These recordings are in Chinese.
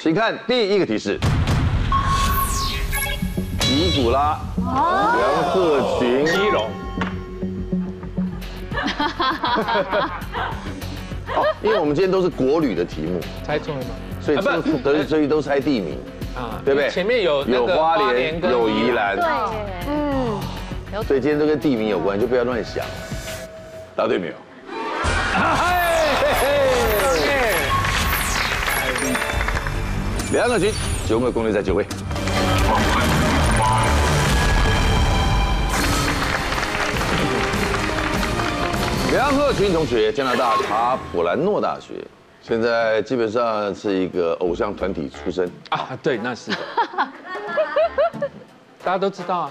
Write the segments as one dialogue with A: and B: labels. A: 请看第一个提示，尼古拉、
B: 哦
A: 梁鹤 群、
B: 基隆，
A: 哦，因为我们今天都是国旅的题目，
B: 猜中了吗？
A: 所以
B: 啊不
A: 都都所以都猜地名，
B: 啊
A: 对不对？
B: 前面有那
A: 有
B: 个
A: 花
B: 花
A: 莲
B: 莲，跟
A: 有宜兰，
C: 对，
A: 所以今天都跟地名有关，就不要乱想。答对没有？梁鹤群九个攻略在九位。梁鹤群同学，加拿大卡普兰诺大学，现在基本上是一个偶像团体出身。
B: 啊，对，那 是的，大家都知道啊。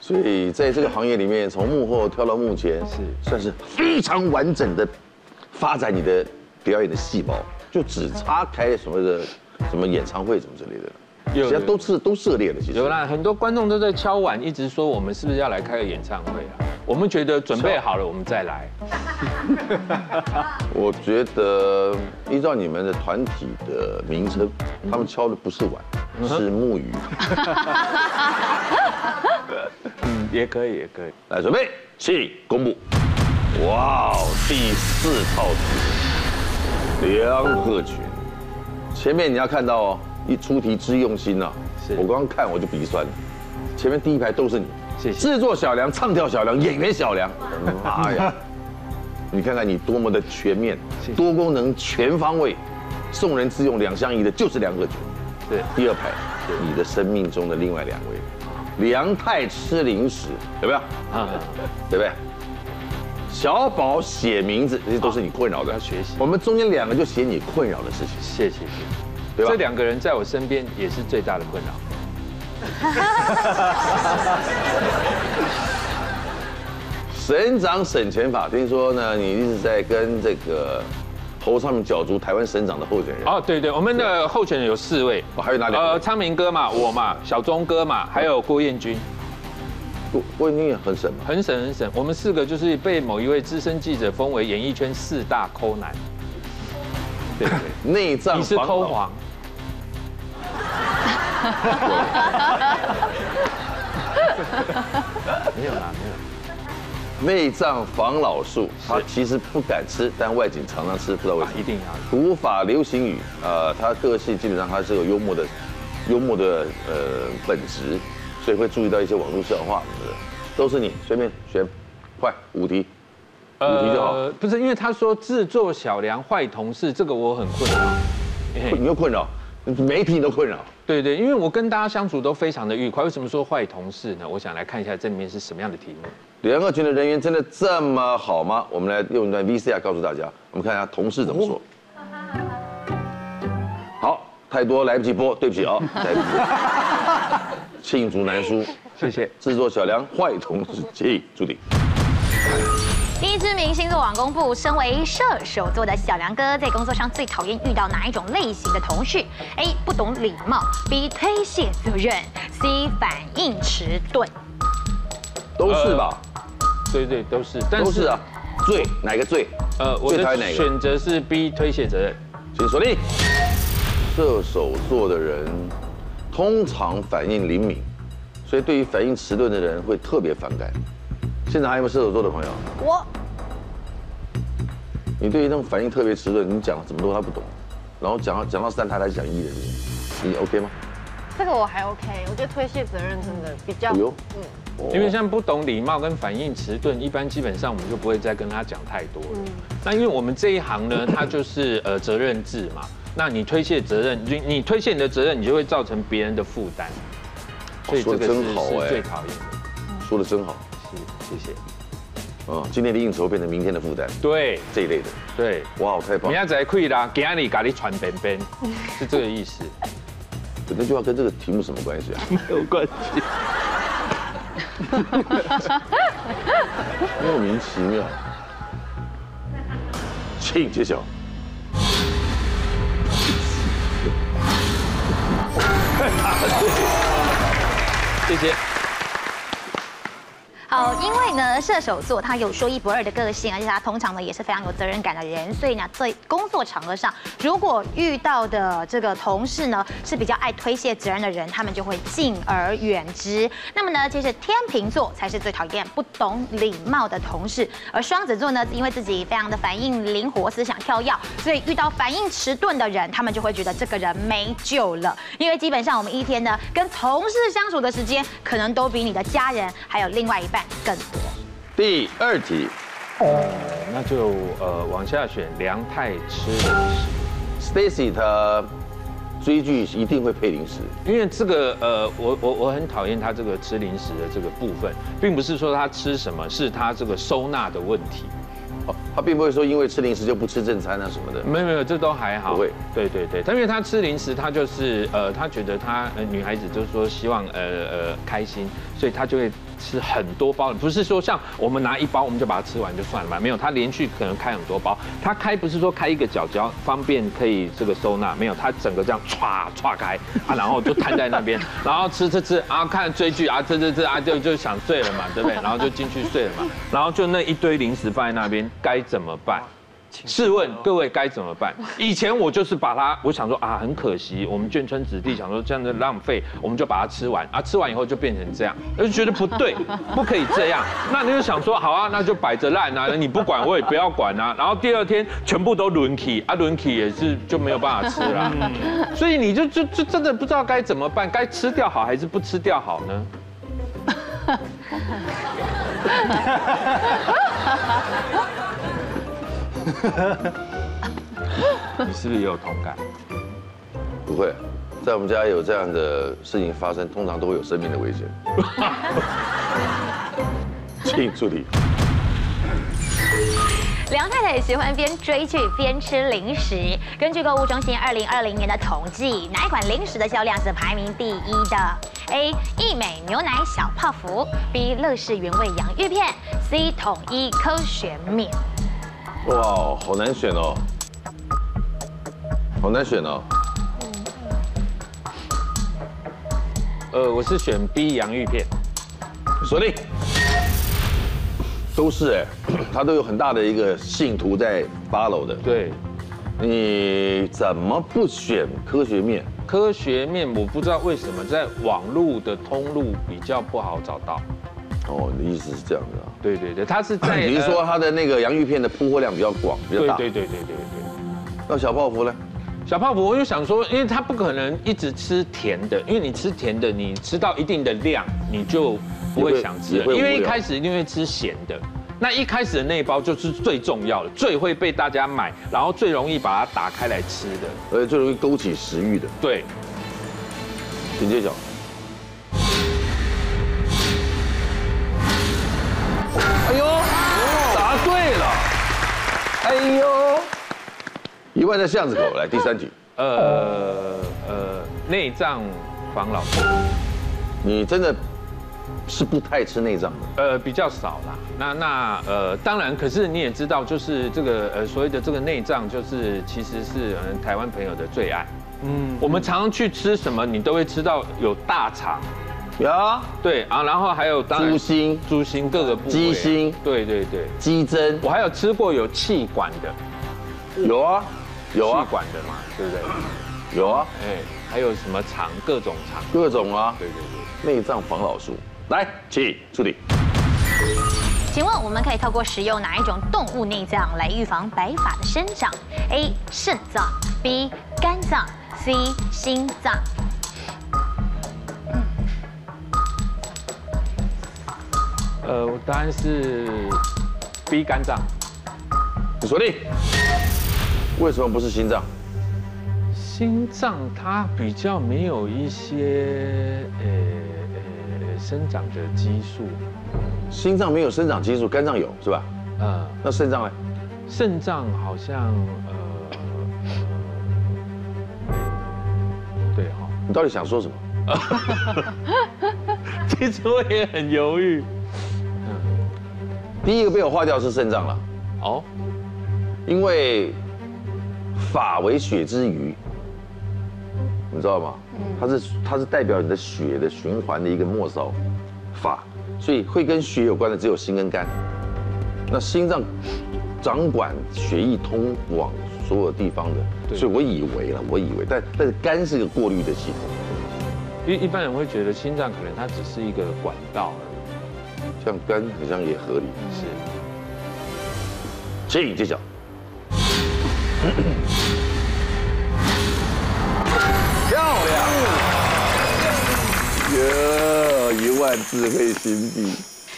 A: 所以在这个行业里面，从幕后跳到幕前，是算是非常完整的发展你的表演的细胞，就只差开什么的什么演唱会什么之类的，
B: 有
A: 其他都是都涉猎的。其实
B: 有啦，很多观众都在敲碗，一直说我们是不是要来开个演唱会啊？我们觉得准备好了，我们再来。
A: 我觉得依照你们的团体的名称，他们敲的不是碗，是木鱼。
B: 嗯，也可以，也可以。
A: 来，准备，起，公布。哇哦，第四套题，梁鹤群。前面你要看到哦，一出题之用心呐、啊
B: 是。
A: 我刚刚看我就鼻酸，前面第一排都是你。
B: 谢嗯谢
A: 制作小梁，唱跳小梁，演员小梁。妈呀！你看看你多么的全面
B: 谢谢、
A: 多功能、全方位，送人自用两相宜的就是梁鹤群。
B: 对，
A: 第二排，你的生命中的另外两位，梁太吃零食，有没有？
B: 啊，
A: 对不对？小宝写名字，这些都是你困扰的，
B: 啊要学习
A: 我们中间两个就写你困扰的事情，
B: 谢谢谢谢。
A: 对吧？
B: 这两个人在我身边也是最大的困扰。
A: 省长省钱法，听说呢，你一直在跟这个头上面角逐台湾省长的候选人。
B: 哦，对对，我们的候选人有四位呃
A: 哦，还有哪两位
B: 昌明哥嘛，我嘛，小钟哥嘛，还有郭彦军，
A: 郭郭英也很省嘛，
B: 很省很省。我们四个就是被某一位资深记者封为演艺圈四大抠男。对对，
A: 内脏
B: 你是
A: 防
B: 抠
A: 老
B: 黄， 没有啦，没有啦。
A: 内脏防老术，他其实不敢吃，但外景常常吃，不知道为什
B: 啊
A: 么。
B: 一定要
A: 古法流行语，呃，他个性基本上他是有幽默的，幽默的呃本质，所以会注意到一些网络笑话什么的，都是你随便选，快五题，五题就好。，
B: 呃不是因为他说制作小梁坏同事，这个我很困扰。嘿
A: 你又困扰，每一题你都困扰。
B: 对对，因为我跟大家相处都非常的愉快。为什么说坏同事呢？我想来看一下这里面是什么样的题目。
A: 联合群的人员真的这么好吗？我们来用一段 VCR 告诉大家，我们看一下同事怎么说。好，太多来不及播，对不起啊、来不及。罄竹难书，
B: 谢谢。
A: 制作小梁坏同事建议注定。
C: 第一知名星座网公布，身为射手座的小梁哥，在工作上最讨厌遇到哪一种类型的同事？A. 不懂礼貌，B. 推卸责任，C. 反应迟钝。
A: 都是吧？
B: 对对，都是，但
A: 都是啊。最哪个最？
B: 呃，我
A: 最讨
B: 的
A: 厌哪个？
B: 选择是 B 推卸责任。
A: 请锁定。射手座的人通常反应灵敏，所以对于反应迟钝的人会特别反感。现场还有没有射手座的朋友？
C: 我
A: 你对于那种反应特别迟钝，你讲了这么多他不懂，然后讲到讲到三他才讲一的这种，你 OK 吗？
D: 这个我还 OK，我觉得推卸责任真的比较，
C: 啊
A: 哎呦
D: 嗯，
B: 因为像不懂礼貌跟反应迟钝，一般基本上我们就不会再跟他讲太多了。那因为我们这一行呢，它就是呃责任制嘛。那你推卸责任，你你推卸你的责任，你就会造成别人的负担，所以
A: 说
B: 这
A: 得
B: 个是
A: 真好哎
B: 是最讨厌的。
A: 说的真好，
B: 是，谢谢。
A: 嗯，今天的应酬变成明天的负担，
B: 对
A: 这一类的，
B: 对，
A: 哇，太棒
B: 明
A: 了！
B: 仔载开啦，今日咖喱传边边，是这个意 思。
A: 那句话跟这个题目什么关系啊？
B: 有关系。
A: 莫名其妙，请揭晓。
B: 谢谢。
C: 好，因为呢，射手座他有说一不二的个性，而且他通常呢也是非常有责任感的人，所以呢，在工作场合上，如果遇到的这个同事呢是比较爱推卸责任的人，他们就会敬而远之。那么呢，其实天秤座才是最讨厌不懂礼貌的同事，而双子座呢，因为自己非常的反应灵活，思想跳跃，所以遇到反应迟钝的人，他们就会觉得这个人没救了，因为基本上我们一天呢跟同事相处的时间，可能都比你的家人还有另外一半更多。
A: 第二题，
B: 那就呃往下选凉太吃零食，
A: Stacy 她追剧一定会配零食，
B: 因为这个呃我我我很讨厌他这个吃零食的这个部分，并不是说他吃什么，是他这个收纳的问题。
A: 哦，她并不会说因为吃零食就不吃正餐啊什么的。
B: 没有没有，这都还好。
A: 不会
B: 对对对，但因为他吃零食，他就是呃，他觉得他呃女孩子就是说希望呃呃开心，所以他就会吃很多包，不是说像我们拿一包我们就把它吃完就算了嘛，没有，他连续可能开很多包，他开不是说开一个角角方便可以这个收纳，没有，他整个这样歘歘开啊，然后就瘫在那 边，然后吃吃吃啊，看追剧啊，吃吃吃啊，就就想睡了嘛，对不对？然后就进去睡了嘛，然后就那一堆零食放在那边，该怎么办？试问各位该怎么办？以前我就是把它，我想说啊，很可惜，我们眷村子弟想说这样的浪费，我们就把它吃完啊，吃完以后就变成这样，我就觉得不对，不可以这样。那你就想说，好啊，那就摆着烂啊，你不管我也不要管啊。然后第二天全部都轮起啊，轮起也是就没有办法吃啦。所以你就就就真的不知道该怎么办，该吃掉好还是不吃掉好呢？你是不是也有同感？
A: 不会，啊在我们家有这样的事情发生，通常都会有生命的危险。 请助理，
C: 梁太太也喜欢边追剧边吃零食。根据购物中心二零二零年的统计，哪一款零食的销量是排名第一的？A. 益美牛奶小泡芙，B. 乐事原味洋芋片，C. 统一科学面。
A: 哇，好难选哦，好难选哦。
B: 呃，我是选 B 洋芋片。
A: 锁定，都是哎， 他都有很大的一个信徒在 follow 的。
B: 对，
A: 你怎么不选科学面？
B: 科学面我不知道为什么在网路的通路比较不好找到。
A: 哦，你的意思是这样子啊？
B: 对对对，它是在
A: 你是说
B: 呃
A: 它的那个洋芋片的铺货量比较广，比较
B: 对
A: 大？
B: 对对对对对。
A: 那小泡芙呢？
B: 小泡芙，我就想说，因为它不可能一直吃甜的，因为你吃甜的，你吃到一定的量，你就不
A: 也
B: 会
A: 会
B: 想吃
A: 也会
B: 了，因为
A: 无
B: 一
A: 聊
B: 开始一定会吃咸的。那一开始的那一包就是最重要的，最会被大家买，然后最容易把它打开来吃的。
A: 而且最呃容易勾起食欲的，
B: 对，
A: 请揭晓。
B: 哎呦，
A: 哦
B: 答对了。哎呦，
A: 一万在巷子口，来第三题，
B: 呃呃，内脏防老师，
A: 你真的是不太吃内脏的。
B: 呃，比较少啦。那那呃，当然，可是你也知道，就是这个呃所谓的这个内脏，就是其实是嗯、呃、台湾朋友的最爱。嗯，我们常常去吃什么，你都会吃到有大肠，
A: 呀，
B: 对啊，然后还有当然
A: 猪心
B: 猪心各个部位，啊
A: 鸡心
B: 对对对。
A: 鸡胗
B: 我还有吃过有气管的，
A: 有啊，有啊
B: 气，管的嘛，对不对？
A: 有啊，
B: 哎，还有什么肠，各种肠，
A: 各种啊，
B: 对对对。
A: 内脏防老术。来，请助理。
C: 请问我们可以透过食用哪一种动物内脏来预防白发的生长？A. 肾脏，B. 肝脏，C. 心脏。
B: 呃，我答案是 B 肝脏。
A: 你锁定。为什么不是心脏？
B: 心脏它比较没有一些呃呃生长的激素，
A: 心脏没有生长激素，肝脏有是吧？
B: 呃，
A: 那肾脏呢？
B: 肾脏好像呃，呃对哈、
A: 你到底想说什么？
B: 其实我也很犹豫。嗯，
A: 第一个被我划掉是肾脏了，
B: 哦，
A: 因为法为血之余，你知道吗？它是它是代表你的血的循环的一个末梢，法。所以会跟血有关的只有心跟肝。那心脏掌管血液通往所有地方的，
B: 对
A: 所以我以为了，我以为，但但是肝是一个过滤的系统，
B: 因为一般人会觉得心脏可能它只是一个管道而
A: 像肝好像也合理。
B: 已，是
A: 请揭晓。 漂亮！哟，一万智慧新币。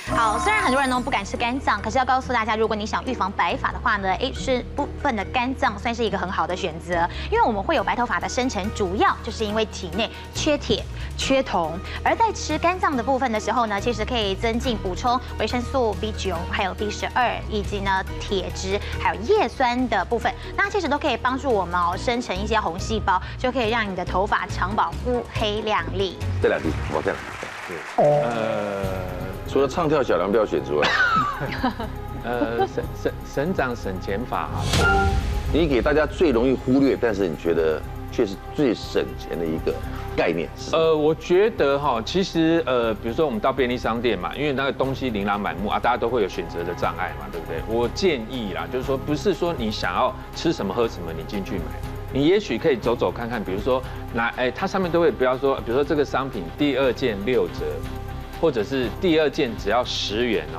C: 好，虽然很多人呢不敢吃肝脏，可是要告诉大家，如果你想预防白发的话呢，诶，是部分的肝脏算是一个很好的选择，因为我们会有白头发的生成，主要就是因为体内缺铁、缺铜，而在吃肝脏的部分的时候呢，其实可以增进补充维生素 B 九、还有 B 十二，以及呢铁质，还有叶酸的部分，那其实都可以帮助我们哦生成一些红细胞，就可以让你的头发长保乌黑亮丽。
A: 这两题，我这样。
B: 呃
A: 除了唱跳小梁不要选 之外，
B: 呃省省省长省钱法好了
A: 你给大家最容易忽略，但是你觉得却是最省钱的一个概念是什么？
B: 呃，我觉得哈，其实呃，比如说我们到便利商店嘛，因为那个东西琳琅满目啊，大家都会有选择的障碍嘛，对不对？我建议啦，就是说不是说你想要吃什么喝什么，你进去买。你也许可以走走看看，比如说拿哎、它上面都会标说，比如说这个商品第二件六折，或者是第二件只要十元哦、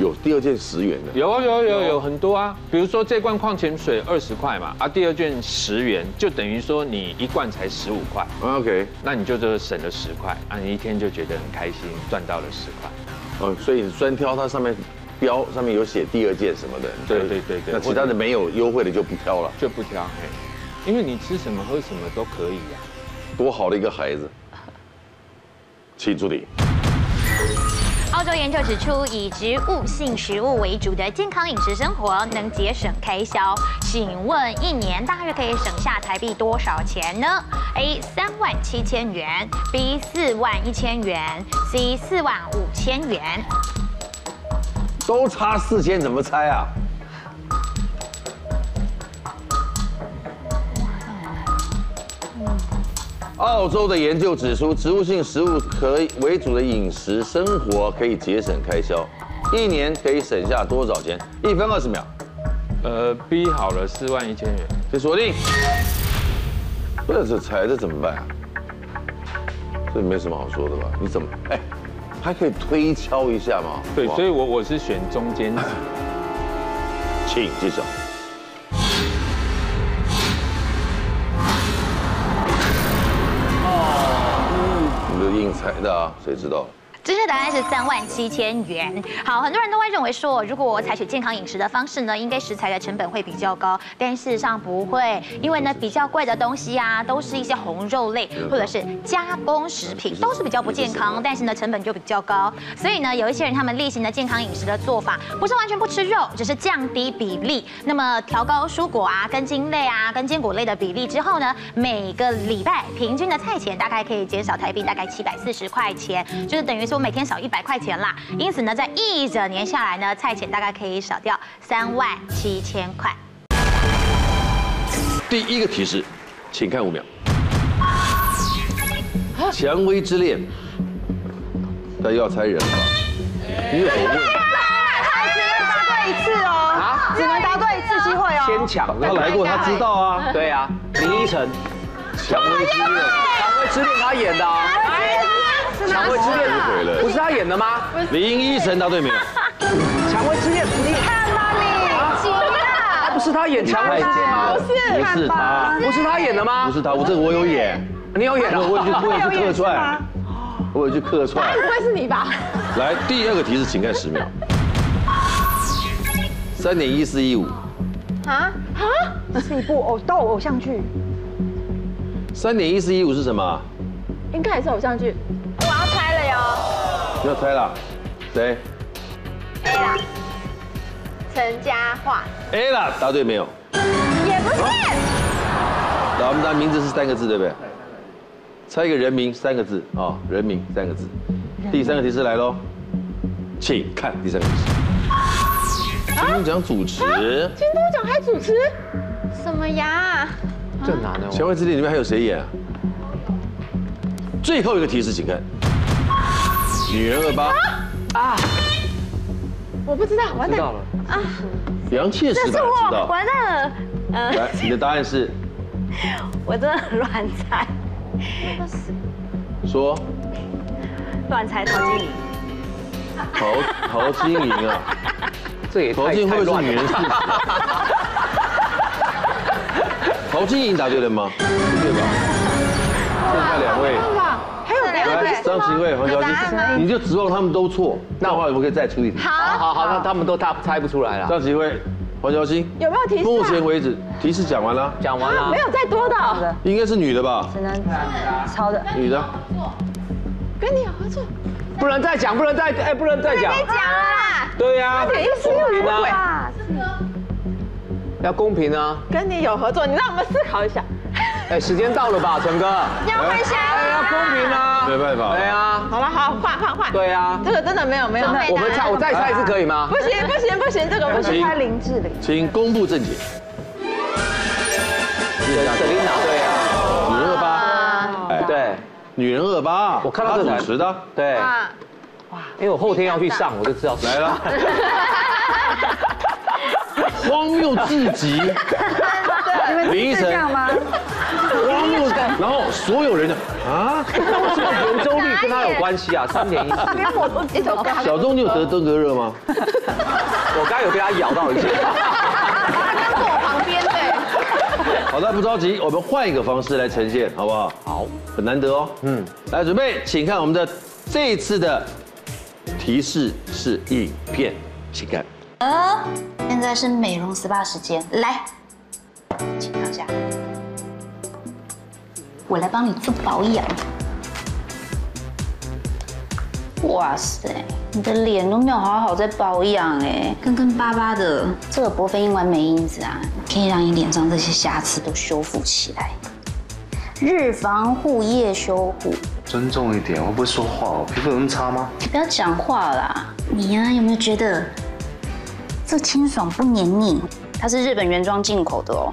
A: 有第二件十元的，
B: 有有有有很多啊，比如说这罐矿泉水二十块嘛，啊，第二件十元，就等于说你一罐才十五块。
A: OK，
B: 那你就这省了十块，啊，你一天就觉得很开心，赚到了十块。
A: 哦，所以你专挑它上面标上面有写第二件什么的，
B: 对对对对
A: 那其他的没有优惠的就不挑了，
B: 就不挑，嘿，因为你吃什么喝什么都可以啊呀、
A: 多好的一个孩子，请助理。
C: 澳洲研究指出，以植物性食物为主的健康饮食生活能节省开销。请问一年大约可以省下台币多少钱呢？A 三万七千元，B 四万一千元，C 四万五千元。
A: 都差四千，怎么猜啊？澳洲的研究指出，植物性食物可以为主的饮食生活可以节省开销，一年可以省下多少钱？一分二十秒，
B: 呃，B 好了，四万一千元，
A: 就锁定。不是这猜这怎么办啊？这没什么好说的吧？你怎么哎，还可以推敲一下嘛？
B: 对，
A: 好不好
B: 所以我我是选中间值。
A: 请揭晓。你都硬猜的啊，谁知道？
C: 正确答案是三万七千元。好，很多人都会认为说，如果我采取健康饮食的方式呢，应该食材的成本会比较高，但事实上不会，因为呢，比较贵的东西啊，都是一些红肉类或者是加工食品，都是比较不健康，但是呢，成本就比较高。所以呢，有一些人他们例行的健康饮食的做法，不是完全不吃肉，只是降低比例，那么调高蔬果啊、根茎类啊、跟坚果类的比例之后呢，每个礼拜平均的菜钱大概可以减少台币大概七百四十块钱，就是等于说每天少一百块钱啦。因此呢，在一整年下来呢，菜钱大概可以少掉三万七千块。
A: 第一个提示，请看五秒。《蔷薇之恋》，但要猜人了吧？你有什么问题？
D: 答对一次
E: 啊
D: 哦，只能答对一次机会哦。
F: 先抢那
A: 他
F: 个
A: 来过，他知道啊。
F: 对啊，林依晨，
A: 《蔷薇之恋》
F: 蔷薇之恋他演的啊，蔷薇之恋
A: 误会了
F: 不是他演的吗？
A: 林依晨答对没有？
F: 蔷薇之恋，你看吧你，不是他演蔷
A: 哎
F: 薇之恋吗？
A: 不是他，
F: 不是他演的吗
A: 不？是他，我这个我有演，
F: 你有演
A: 我有去
F: 啊？
A: 我有去客串，我有去客串。
D: 不会是你吧？
A: 来，第二个提示，请看十秒。三点一四一五，
D: 啊啊！这是一部偶哦到偶像剧，
A: 三点一四一五是什么？
D: 应该也是偶像剧。我要猜了哟，
A: 不要猜了，谁
D: 陈嘉桦
A: ？A 啦，答对没有？
D: 也不是。
A: 来，我们答名字是三个字，对不对？猜一个人名三个字啊、哦人名三个字。第三个提示来喽，请看第三个提示。
D: 啊
A: 金钟奖主持《
D: 金钟奖还主持？什么呀？啊
F: 这很难的哦
A: 蔷薇之恋》里面还有谁演啊？最后一个提示，请看，女人二八。
E: 啊，
D: 我不知道，完
E: 知
D: 蛋啊
E: 道，了，
A: 杨切
G: 这
A: 实
G: 是
A: 的知
G: 我，
A: 道。
G: 完蛋了，呃，
A: 来，你的答案是
G: 我真的很乱猜，
A: 说
G: 乱猜陶晶莹，
A: 陶陶晶莹啊，
E: 这也
A: 陶
E: 太
A: 晶莹
E: 太
A: 会不会
E: 乱
A: 是女
E: 了。
A: 人四 十？陶晶莹答对了吗？不对吧？剩下两位，
D: 还有别的
A: 来
D: 提示
A: 张琪
D: 吗？
A: 慧、黄小姐，你就指望他们都错，那我们可以再出一题。
E: 好好好，那他 们都他猜不出来了。
A: 张琪慧、黄小欣，
D: 有没有提示啊
A: 目前为止提示讲完了，
E: 讲完了
D: 没，有再多的，
A: 应该是女的吧？
G: 真的超的，
A: 女的，
D: 跟你有合作，
E: 不能再讲，不能再哎，不能再讲。啊
G: 讲了啦，
E: 对呀，
D: 点意思又
E: 公平
D: 不会
E: 啊，
G: 啊，
E: 要公平啊。
D: 跟你有合作，你让我们思考一下。
E: 哎，时间到了吧，陈哥？
G: 要换下
E: 哎，要公平啊。
A: 没办法
E: 对啊，
D: 好了，好，换换换，
E: 对啊。
D: 这个真的没有没有，
E: 我们猜，我再猜一次可以吗
D: 不？行不行不行，这个不行。
A: 请
G: 林志玲，
A: 请公布正解。
E: 对，Selina，对啊，
A: 女人二八，哎，，
E: 对
A: 女人二八，
E: 啊我看到这个
A: 她主持的，
E: 对，
D: 啊，
E: 因为我后天要去上，我就知道
A: 来了，荒谬至极，凌晨
G: 吗？
A: 荒谬，然后所有人的啊，
E: 这个圆周率跟他有关系啊，三点一四，
D: 连我都 记得。
A: 小钟你有得登革热吗？
E: 我刚有被他咬到 一下。
A: 好的，不着急，我们换一个方式来呈现，好不好？
E: 好，
A: 很难得哦。嗯，来准备，请看我们的这一次的提示是影片，请看。
H: 现在是美容 SPA 时间，来，请躺下，我来帮你做保养。哇塞，你的脸都没有好好在保养哎，干干巴巴的。这个博菲因完美因子啊，可以让你脸上这些瑕疵都修复起来。日防护夜修护，
I: 尊重一点，会不会说话？我皮肤有那么差吗？
H: 你不要讲话啦！你呀、有没有觉得这清爽不黏腻？它是日本原装进口的哦，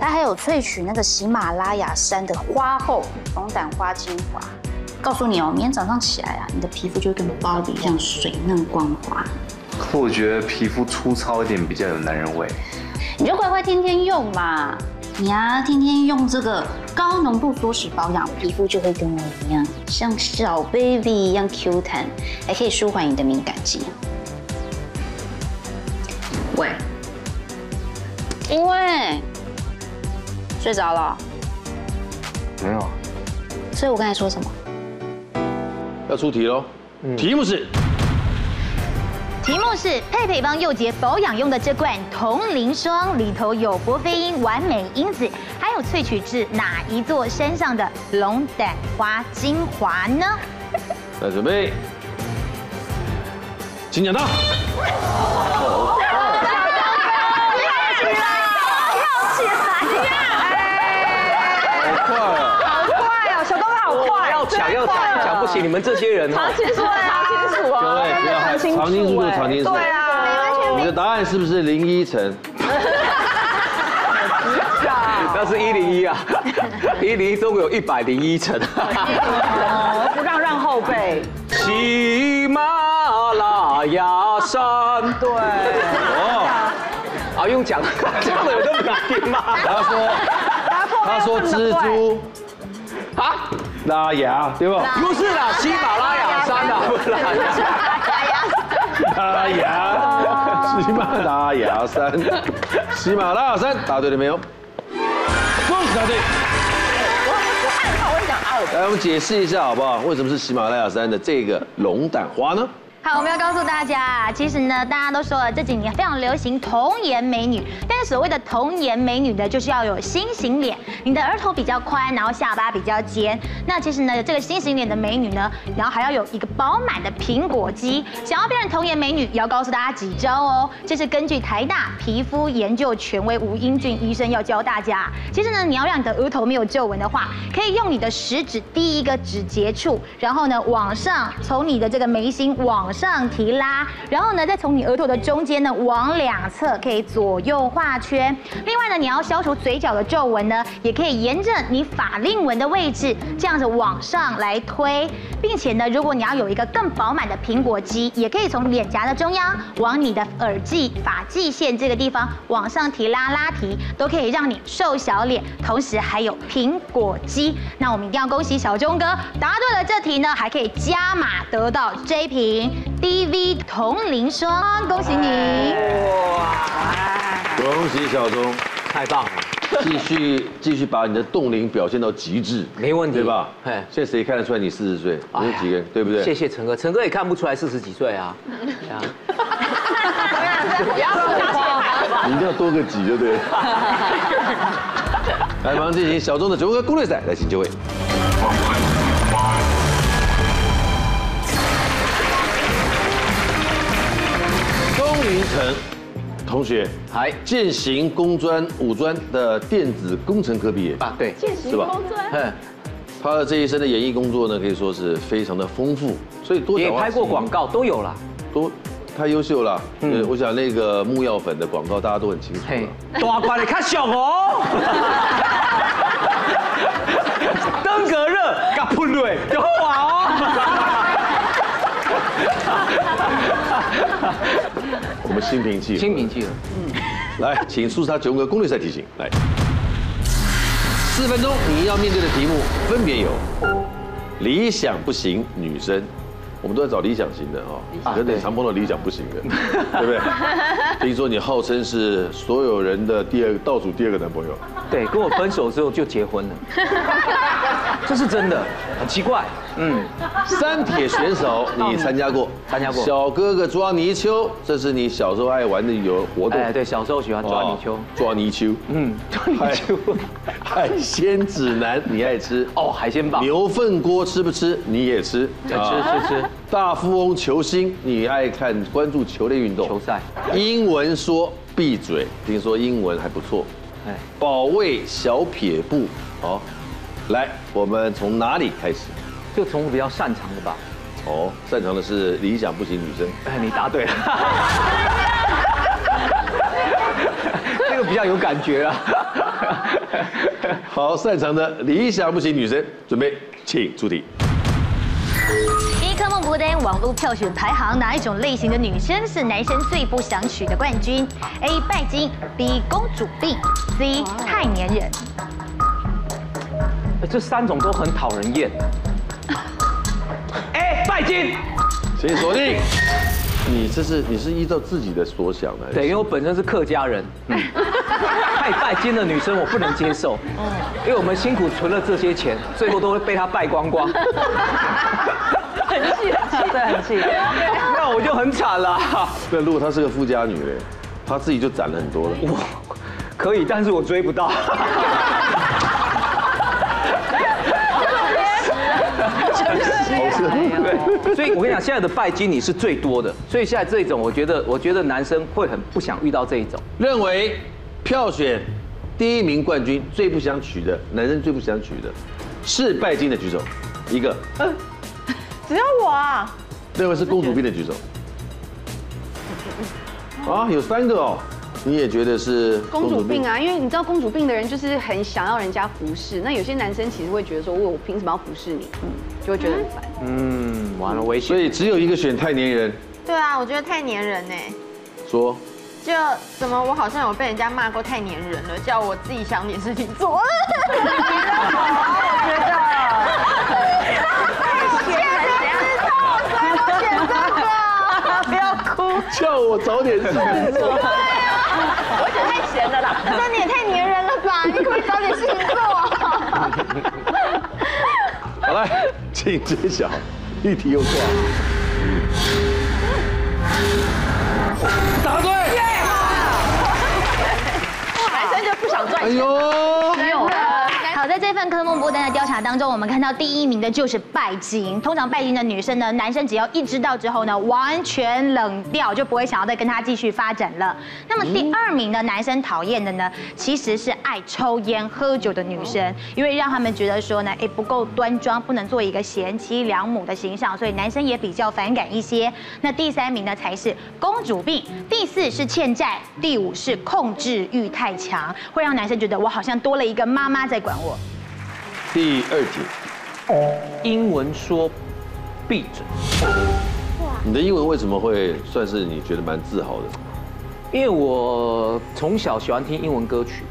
H: 它还有萃取那个喜马拉雅山的花后龙胆花精华。告诉你哦，明天早上起来啊，你的皮肤就跟包的一样水嫩光滑。
I: 可我觉得皮肤粗糙一点比较有男人味。
H: 你就乖乖天天用嘛。你呀、天天用这个高浓度缩时保养，皮肤就会跟我一样，像小 baby 一样 Q 弹，还可以舒缓你的敏感肌。喂，因为睡着了，
I: 没有，
H: 所以我刚才说什么？
A: 要出题喽。
E: 嗯
A: 题目是
C: 题目是佩佩帮佑杰保养用的这罐同龄霜，里头有博菲因完美因子，还有萃取至哪一座山上的龙胆花精华呢？
A: 来准备，请讲到。好快啊！
D: 快哦，小东好快，
E: 要抢要抢，抢不起你们这些人
D: 好
E: 哦。
D: 清楚，好清楚
A: 各
D: 哦，
A: 位不要害怕，常青树就常青树。
D: 对啊，
A: 你的答案是不是林依晨？
E: 那是一零一啊，一零一中国有一百零一层。
D: 不让让后辈，
E: 喜马拉雅山，对，
A: 哦，
E: 啊，用讲讲的我都 不敢听吗？
A: 他说
D: 答错
A: 他说蜘蛛
E: 啊，
A: 拉牙，对吧？
E: 不是啦，喜马拉雅山啊，不啦，
A: 拉牙，喜马拉雅山，喜马拉雅山，答对了没有？恭喜答对。来，我们解释一下好不好？为什么是喜马拉雅山的这个龙胆花呢？
C: 好，我们要告诉大家，啊其实呢，大家都说了这几年非常流行童颜美女，但是所谓的童颜美女呢，就是要有心形脸，你的额头比较宽，然后下巴比较尖。那其实呢，这个心形脸的美女呢，然后还要有一个饱满的苹果肌。想要变成童颜美女，也要告诉大家几招哦。这是根据台大皮肤研究权威吴英俊医生要教大家。其实呢，你要让你的额头没有皱纹的话，可以用你的食指第一个指节处，然后呢往上，从你的这个眉心往上提拉，然后呢再从你额头的中间呢往两侧可以左右画发圈。另外呢，你要消除嘴角的皱纹呢，也可以沿着你法令纹的位置这样子往上来推，并且呢，如果你要有一个更饱满的苹果肌，也可以从脸颊的中央往你的耳际发际线这个地方往上提拉拉提，都可以让你瘦小脸，同时还有苹果肌。那我们一定要恭喜小钟哥答对了这题呢，还可以加码得到这一瓶 DV 同龄霜，恭喜你！
A: 恭喜小钟，
E: 太棒了，
A: 继续继续把你的冻龄表现到极致，
E: 没问题
A: 对吧？
E: 嘿
A: 现在谁看得出来你四十岁？
E: 哎
A: 你
E: 呀
A: 几个人，对不对？
E: 谢谢陈哥，陈哥也看不出来四十几岁啊。啊
F: 不要说
A: 你一定要多个几就对 了。来，马上进行小钟的九个攻略赛，来，请就位。钟云成同学，
E: 嗨
A: 建行工专五专的电子工程科毕业，
E: 啊，对，
A: 是吧？
E: 嗯，
A: 他的这一生的演艺工作呢，可以说是非常的丰富，所以多
E: 也
A: 角化
E: 拍过
A: 经营
E: 广告，都有啦。
A: 多太优秀了。嗯，我想那个木药粉的广告大家都很清楚
E: 嘿
A: 了。，
E: 大块的看小哦。登革热，甲喷落，就好啊哦。
A: 我们心平气和。
E: 清明去了，
A: 来，请出示他九个攻略赛题型。来，四分钟你要面对的题目分别有理想不行女生，我们都在找理想型的哦，有点常碰到理想不行的，对不对？ 听说你号称是所有人的第二倒数第二个男朋 友，
E: 对，跟我分手之后就结婚了，这是真的，很奇怪。嗯，
A: 三铁选手你参加过，
E: 参加过
A: 小哥哥抓泥鳅，这是你小时候爱玩的游活动。
E: 哎，对，小时候喜欢抓泥鳅
A: 哦，抓泥鳅。
E: 嗯，抓泥鳅，
A: 海鲜指南你爱吃
E: 哦，海鲜棒，
A: 牛粪锅吃不吃？你也吃，啊
E: 哎吃吃吃。
A: 大富翁球星，你爱看关注球类运动、
E: 球赛
A: 英文说闭嘴，听说英文还不错。
E: 哎，
A: 保卫小撇步，好，来，我们从哪里开始？
E: 就从比较擅长的吧。
A: 哦，擅长的是理想不行女 生。
E: 哎，你答对了，这个比较有感觉啊。
A: 好，擅长的理想不行女生，准备，请出题。
C: 一科梦不丹网络票选排行哪一种类型的女生是男生最不想娶的冠军？A. 拜金，B. 公主病，C. 太粘人。
E: 哎这三种都很讨人厌。哎，拜金。
A: 请锁定。你这是你是依照自己的所想的，
E: 对，因为我本身是客家人， 嗯太拜金的女生我不能接受，
F: 嗯
E: 因为我们辛苦存了这些钱，最后都会被她败光光。
F: 很气，真的很气。
E: 那我就很惨了。
A: 那如果她是个富家女嘞，她自己就攒了很多了。
E: 我可以，但是我追不到。对， 所以我跟你讲，现在的拜金你是最多的，所以现在这种，我觉得，我觉得男生会很不想遇到这一种。
A: 认为票选第一名冠军最不想娶的男生最不想娶的是拜金的举手，一个；
F: 只有我啊，
A: 认为是公主病的 举手。啊，有三个哦，你也觉得是
D: 公主病？啊，因为你知道公主病的人就是很想要人家服侍，那有些男生其实会觉得说，我我凭什么要服侍你？嗯，就会觉得很烦。
E: 嗯，完了，危
A: 所
E: 险。
A: 以只有一个选太年人，
J: 对啊，我觉得太粘人呢。
A: 说
J: 就怎么我好像有被人家骂过太粘人了，叫我自己想点事情做。
A: 叫我早点自己做。
J: 那你也太粘人了 吧？你可不可以找点啊事情做？
A: 好了，请揭晓，一题又挂。答对！
J: 男生就不想赚
A: 哎呦，
C: 啊 好的，在这份科目波丹的调查当中，我们看到第一名的就是拜金。通常拜金的女生呢，男生只要一知道之后呢，完全冷掉，就不会想要再跟她继续发展了。那
J: 嗯
C: 么第二名呢，男生讨厌的呢，其实是爱抽烟喝酒的女生，因为让他们觉得说呢，哎不够端庄，不能做一个贤妻良母的形象，所以男生也比较反感一些。那第三名呢，才是公主病，第四是欠债，第五是控制欲太强，会让男生觉得我好像多了一个妈妈在管我。
B: 第二题，
E: 英文说闭嘴，
A: 你的英文为什么会算是你觉得蛮自豪的？
E: 因为我从小喜欢听英文歌曲，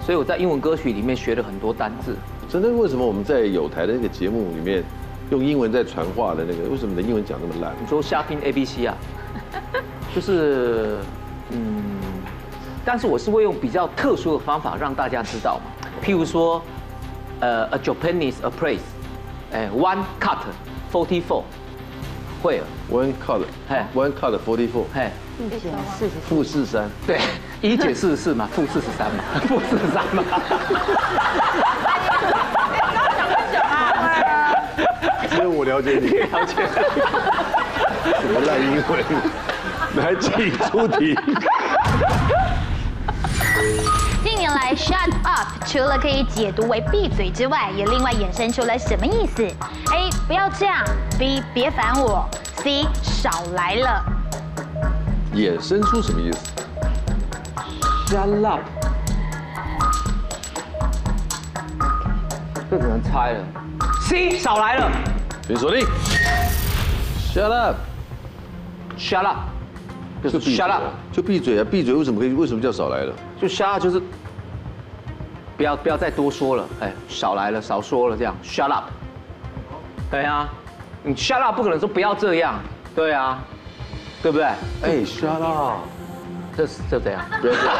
E: 所以我在英文歌曲里面学了很多单字。
A: 真的，为什么我们在有台的那个节目里面用英文在传话的那个，为什么你的英文讲那么烂？
E: 你说瞎拼 A B C 啊，就是嗯，但是我是会用比较特殊的方法让大家知道，譬如说，呃，a Japanese a place，哎，one cut forty four，会了，
A: One cut,
E: 嘿
A: one cut forty four，
E: 嘿，
A: 负四三，
E: 对，一减四十四嘛，负四十三嘛，负四十三嘛，
A: 只有我了解你，
E: 了解。
A: 什么烂英文？来，请出题。
C: 近年来，shut up 除了可以解读为闭嘴之外，也另外衍生出了什么意思？A 不要这样，B 别烦我，C 少来了。
A: 衍生出什么意思？
E: Shut up，这只能猜了。C 少来了
A: 请锁定。Shut up，
E: ，Shut up，就
A: 就是闭嘴
E: Shut
A: 啊
E: up。
A: 就闭嘴啊！闭嘴为什么可以？为什么叫少来了？
E: 就shut up 就是不要不要再多说了，哎，少来了，少说了，这样 shut up。对啊，你 shut up 不可能说不要这样，对啊，对不对？
A: 哎，Shut up，
E: 这是这怎样
A: 不要这样，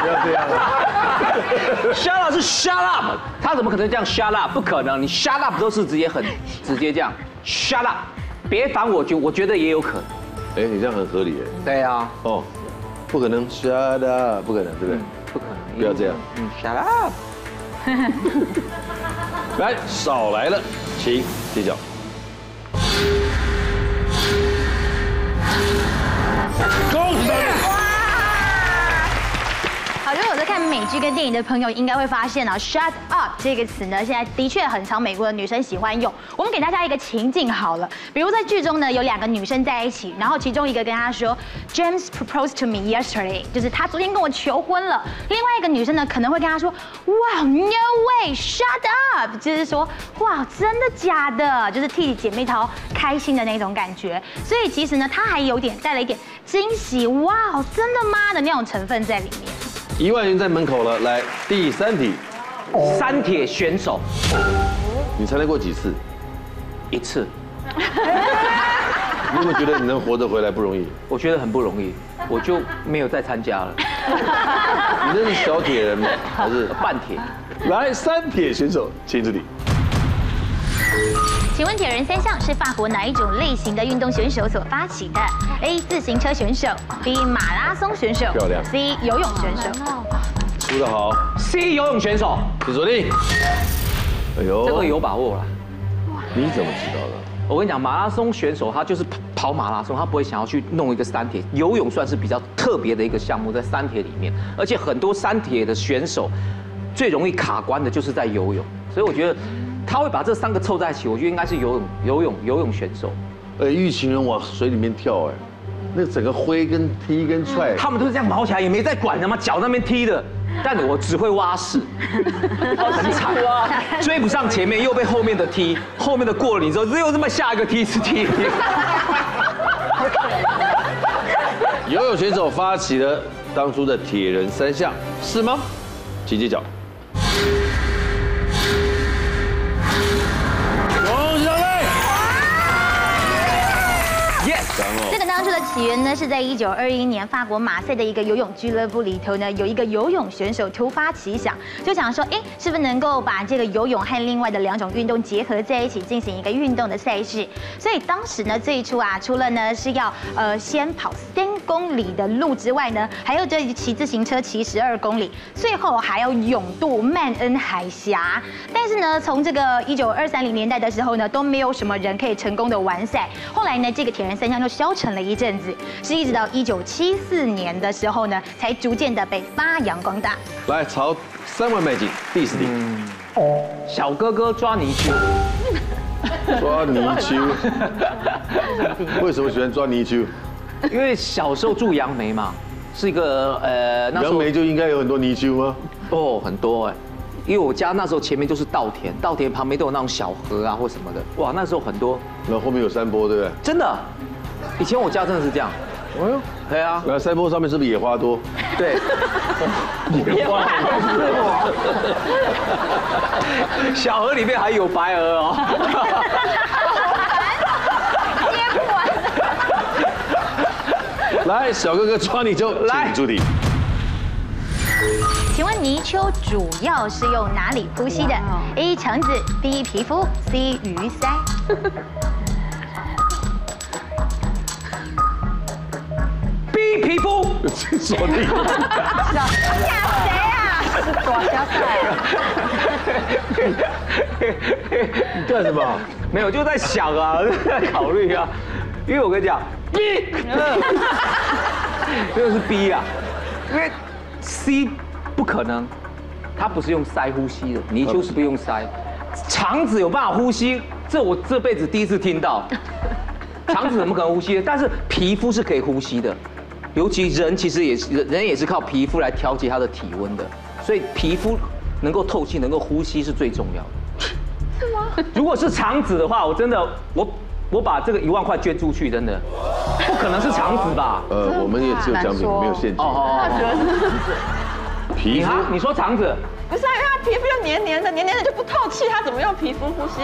A: 不要这样啊！
E: ？shut up 是 shut up，他怎么可能这样 shut up？不可能，你 shut up 都是直接很直接这样 shut up，别烦我，就我觉得也有可能。
A: 哎，你这样很合理哎。
E: 对啊，
A: 哦，不可能，Shut up，不可能，对不对？
E: 不可能，
A: 不要这样
E: 嗯，shut up。
A: 来，少来了，请揭晓。
C: 好，如果有在看美剧跟电影的朋友，应该会发现啊，“shut up” 这个词呢，现在的确很常美国的女生喜欢用。我们给大家一个情境好了，比如在剧中呢，有两个女生在一起，然后其中一个跟她说，“James proposed to me yesterday”，就是他昨天跟我求婚了。另外一个女生呢，可能会跟她说，“Wow, no way, shut up”，就是说，哇，真的假的？就是替姐妹淘开心的那种感觉。所以其实呢，它还有点带了一点惊喜，哇，真的吗的那种成分在里面。
A: 一万元在门口了，来第三题，
E: 三铁选手
A: 你参加过几次？
E: 一次，
A: 你有没有觉得你能活着回来不容易？你
E: 我觉得很不容易，我就没有再参加了。
A: 那是小铁人吗？还是
E: 半铁，
A: 来三铁选手，请出题。
C: 请问铁人三项是法国哪一种类型的运动选手所发起的？A. 自行车选手，B. 马拉松选手
A: 嗯漂亮哦
C: ，C. 游泳选手。
A: 出的好，
E: C 游泳选手，
A: 请锁定。哎呦，
E: 这个有把握了。
A: 你怎么知道的？
E: 我跟你讲，马拉松选手他就是跑马拉松，他不会想要去弄一个三铁。游泳算是比较特别的一个项目，在三铁里面，而且很多三铁的选手最容易卡关的就是在游泳，所以我觉得他会把这三个凑在一起，我觉得应该是游泳、游泳、游泳选手，
K: 呃
A: 哎，玉琴人往水里面跳，哎，那整个挥跟踢跟踹，
E: 他们都是这样毛起来，也没在管他妈脚那边踢的。但我只会蛙式，很惨啊，追不上前面，又被后面的踢，后面的过了你之后，又这么下一个踢是踢。
A: 游泳选手发起了当初的铁人三项，是吗？请揭晓。
E: Yes。
C: 这个呢，当初的起源呢，是在一九二一年法国马赛的一个游泳俱乐部里头呢，有一个游泳选手突发奇想，就想说，哎，是不是能够把这个游泳和另外的两种运动结合在一起，进行一个运动的赛事？所以当时呢，最初啊，除了呢是要呃先跑三公里的路之外呢，还要这骑自行车骑十二公里，最后还要勇渡曼恩海峡。但是呢，从这个一九二三零年代的时候呢，都没有什么人可以成功的完赛。后来呢，这个铁人三项就消沉了一阵子，是一直到一九七四年的时候呢，才逐渐的被发扬光大。
A: 来，朝三位迈进，第四题，
E: 小哥哥抓泥鳅，
K: 抓泥鳅， 为什么喜欢抓泥鳅？
E: 因为小时候住杨梅嘛，是一个呃那时
K: 杨
E: 候
K: 梅就应该有很多泥鳅吗？
E: 哦很多哎，因为我家那时候前面就是稻田，稻田旁边都有那种小河啊或什么的，哇那时候很多，
K: 那后面有山坡，对不对？
E: 真的，以前我家真的是这样，
K: 哎呦，
E: 对啊，
K: 那山坡上面是不是野花多？
E: 对，小河里面还有白鹅 哦，
A: 来，小哥哥抓你就
E: 来
A: 请朱迪，
C: 请问泥鳅主要是用哪里呼吸的？A. 肠子，B. 皮肤，C. 鱼鳃。
E: 逼皮肤，
A: 说你
K: 干什么？
E: 没有就在想啊， 在考虑啊，因为我跟你讲，逼，这个是逼啊，因为 C 不可能，它不是用鳃呼吸的，泥鳅是不用鳃，肠子有办法呼吸，这我这辈子第一次听到， 肠子怎么可能呼吸？但是皮肤是可以呼吸的，尤其人其实也是人人也是靠皮肤来调节他的体温的，所以皮肤能够透气、能够呼吸是最重要的。如果是肠子的话，我真的我我把这个一万块捐出去，真的，不可能是肠子吧？
K: 呃，我们也只有奖品，没有现金
E: 哦。哦，哦
K: 皮
A: 哦
E: 你
K: 肤
E: 啊，你说肠子，
D: 不是啊，因为它皮肤又黏黏的，黏黏的就不透气，它怎么用皮肤呼吸？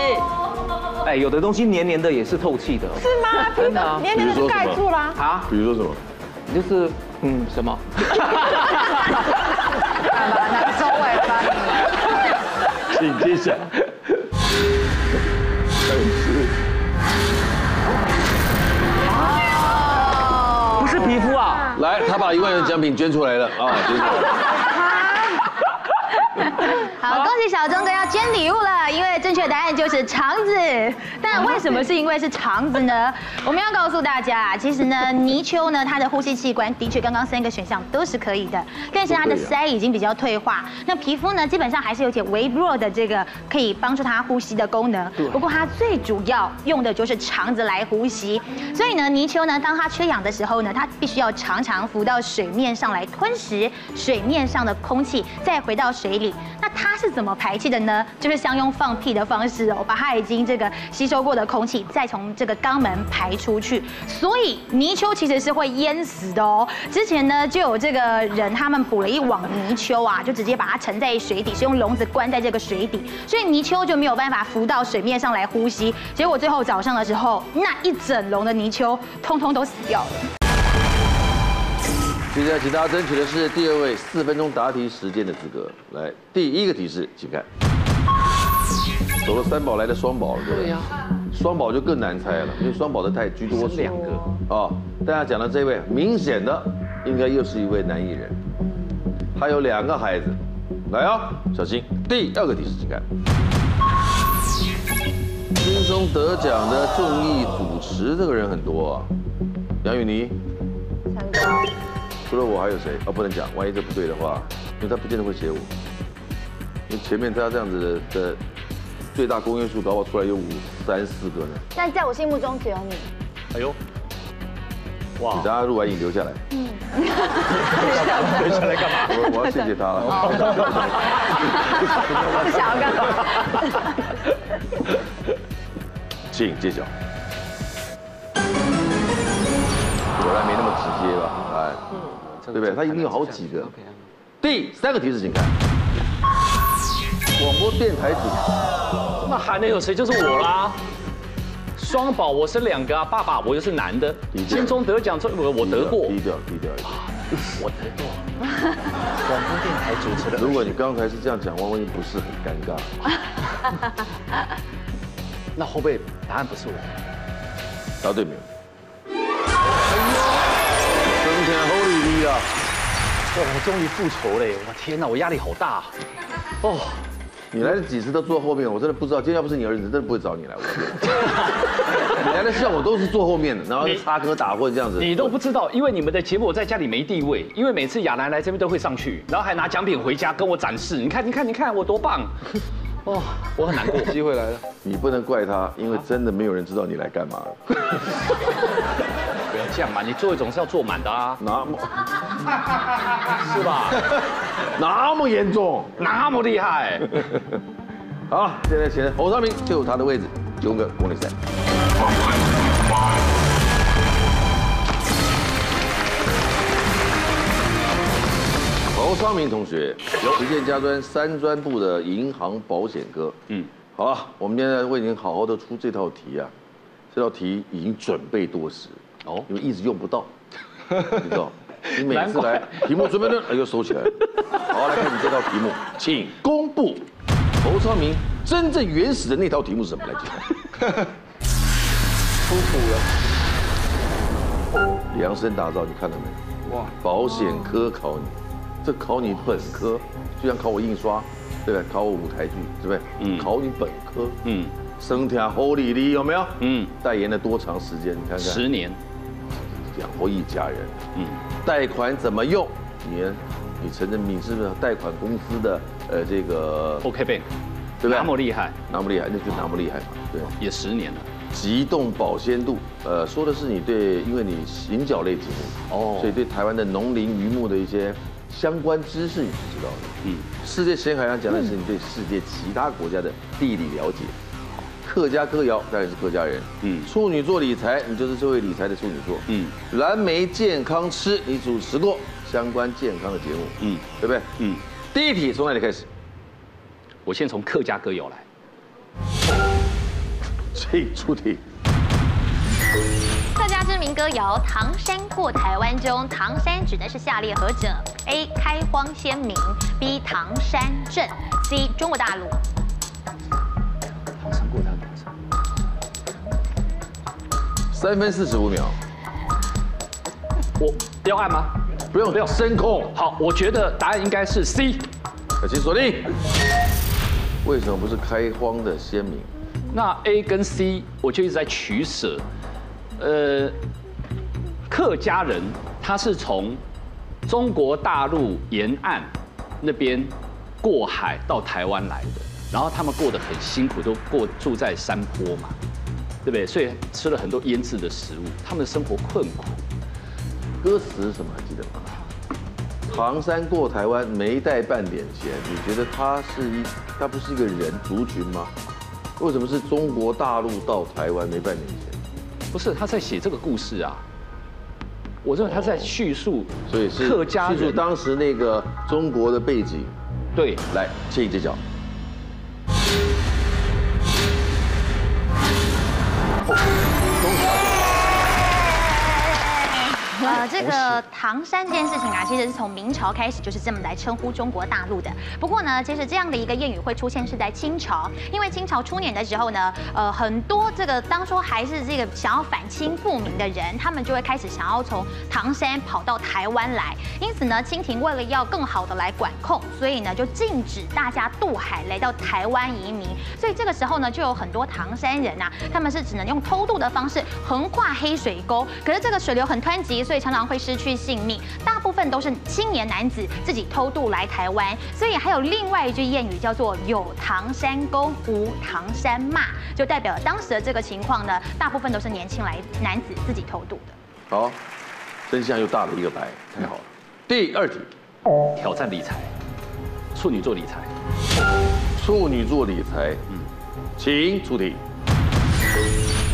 E: 哎，有的东西黏黏的也是透气的
D: 是吗？皮
E: 真的啊
D: 肤黏黏的就盖住啦。
E: 啊，
K: 比如说什么？
E: 就是嗯什么？
H: 拿收尾巴，
K: 请揭晓。
E: 不是皮肤啊，
A: 来，他把一万元奖品捐出来了啊，捐出来了
C: 好，恭喜小钟哥要捐礼物了，因为正确答案就是肠子。但为什么是因为是肠子 呢？我们要告诉大家啊，其实呢，泥鳅呢，它的呼吸器官的确刚刚三个选项都是可以啊的，但是它的鳃已经比较退化，那皮肤呢，基本上还是有点微弱的这个可以帮助它呼吸的功能。不过它最主要用的就是肠子来呼吸，所以呢，泥鳅呢，当它缺氧的时候呢，它必须要常常浮到水面上来吞食水面上的空气，再回到水里。那它是怎么排气的呢？就是像用放屁的方式哦，把它已经这个吸收过的空气再从这个肛门排出去。所以泥鳅其实是会淹死的哦。之前呢就有这个人他们捕了一网泥鳅啊，就直接把它沉在水底，是用笼子关在这个水底，所以泥鳅就没有办法浮到水面上来呼吸。结果最后早上的时候，那一整笼的泥鳅通通都死掉了。
A: 接下来，请大家争取的是第二位四分钟答题时间的资格。来，第一个提示，请看，走了三宝来的双宝了，对不对？双宝就更难猜了，因为双宝的太居多数。两个啊，大家讲的这位明显的应该又是一位男艺人，他有两个孩子。来哦，小心。第二个提示，请看，轻松得奖的综艺主持这个人很多啊，杨钰妮。除了我还有谁？哦，不能讲，万一这不对的话，因为他不见得会写我。因为前面他这样子的最大公约数，搞不好出来有五三四个呢。
L: 但在我心目中只有你。
A: 哎呦，哇！大
K: 家录完影留下来。嗯。留下来干 嘛？我我要谢谢他
L: 哦
K: 了。
H: 不想要干嘛？
K: 请揭晓。
A: 果然没那么直接吧？哎，对不对？他一定有好几个。第三个提示，请看，广播电台主持
M: 那还能有谁？就是我啦。双宝我生两个啊，爸爸我又是男的，金钟得奖之后我我得过，
A: 低调低调一点。
M: 我得过。广播电台主持人，
A: 如果你刚才是这样讲，万万一不是很尴尬。
M: 那会不会答案不是我？
A: 答对没有？哎增添好利利啊！
M: 哇，我终于复仇了耶！我天哪，我压力好大、啊。哦，
A: 你来了几次都坐后面，我真的不知道。今天要不是你儿子，真的不会找你来。我跟你讲你来的像我都是坐后面的，然后插科打诨这样子。
M: 你都不知道，因为你们的节目我在家里没地位，因为每次亚楠来这边都会上去，然后还拿奖品回家跟我展示。你看，你看，你看，我多棒！哦，我很难过。
A: 机会来了，你不能怪他，因为真的没有人知道你来干嘛。
M: 不要这样嘛，你做一种是要做满的啊，
A: 那么
M: 是 吧？
A: 那么严重，
M: 那么厉害。
A: 好，现在请侯尚明就有他的位置，九个公里赛。侯尚明同学，有福建家专三专部的银行保险科。嗯，好了，我们现在为您好好的出这套题啊，这道题已经准备多时哦，因为一直用不 到，你知道，你每次来题目准备呢，哎呦收起来了。好，来看你这道题目， 请公布侯尚明真正原始的那套题目是什么来 讲？
N: 出土
A: 量身打造，你看到没？哇，保险科考你。这考你本科，就像考我印刷，对不对？考我舞台剧，对不对？嗯，考你本科，嗯，生条侯丽丽有没有？嗯，代言了多长时间？你看看，
M: 十年，
A: 养活一家人，嗯，贷款怎么用？你，你承认你是不是贷款公司的呃这个
M: OK Bank，
A: 对不对？
M: 哦那么厉害，
A: 那么厉害，那就那么厉害嘛，对。
M: 也十年了。
A: 极冻保鲜度，呃，说的是你对，因为你行脚类节目，哦，所以对台湾的农林渔牧的一些相关知识你是知道的。嗯，世界咸海洋讲的是你对世界其他国家的地理了解。客家歌谣当然是客家人。嗯，处女座理财，你就是最会理财的处女座。嗯，蓝莓健康吃，你主持过相关健康的节目。嗯，对不对？嗯，第一题从哪里开始？
M: 我先从客家歌谣来。
A: 请出题。
C: 客家知名歌谣《唐山过台湾》中，唐山指的是下列何者？A. 开荒先民，B. 唐山镇，C. 中国大陆。
M: 唐山过台湾，唐山
A: 三分四十五秒，
M: 我要按吗？
A: 不用不用，声控。
M: 好，我觉得答案应该是 C。
A: 请锁定。为什么不是开荒的先民？
M: 那 A 跟 C 我就一直在取舍，呃，客家人他是从中国大陆沿岸那边过海到台湾来的，然后他们过得很辛苦，都过住在山坡嘛，对不对？所以吃了很多腌制的食物，他们的生活困苦。
A: 歌词是什么还记得吗？唐山过台湾没带半点钱，你觉得他是一他不是一个人族群吗？为什么是中国大陆到台湾没半年前？
M: 不是他在写这个故事啊，我认为他在叙述，
A: 所以是
M: 客家
A: 叙述
M: 人
A: 当时那个中国的背景。
M: 对，
A: 来，请你揭晓。
C: 呃，这个唐山这件事情啊，其实是从明朝开始就是这么来称呼中国大陆的。不过呢，其实这样的一个谚语会出现是在清朝，因为清朝初年的时候呢，呃，很多这个当初还是这个想要反清复明的人，他们就会开始想要从唐山跑到台湾来。因此呢，清廷为了要更好的来管控，所以呢就禁止大家渡海来到台湾移民。所以这个时候呢，就有很多唐山人啊，他们是只能用偷渡的方式横跨黑水沟，可是这个水流很湍急，所以常常会失去性命。大部分都是青年男子自己偷渡来台湾，所以还有另外一句谚语叫做“有唐山公，无唐山骂”，就代表当时的这个情况呢，大部分都是年轻来男子自己偷渡的。
A: 好，真相又大了一个白，太好了。第二题，
M: 挑战理财，处女座理财，嗯
A: 处女座理财，嗯，请出题。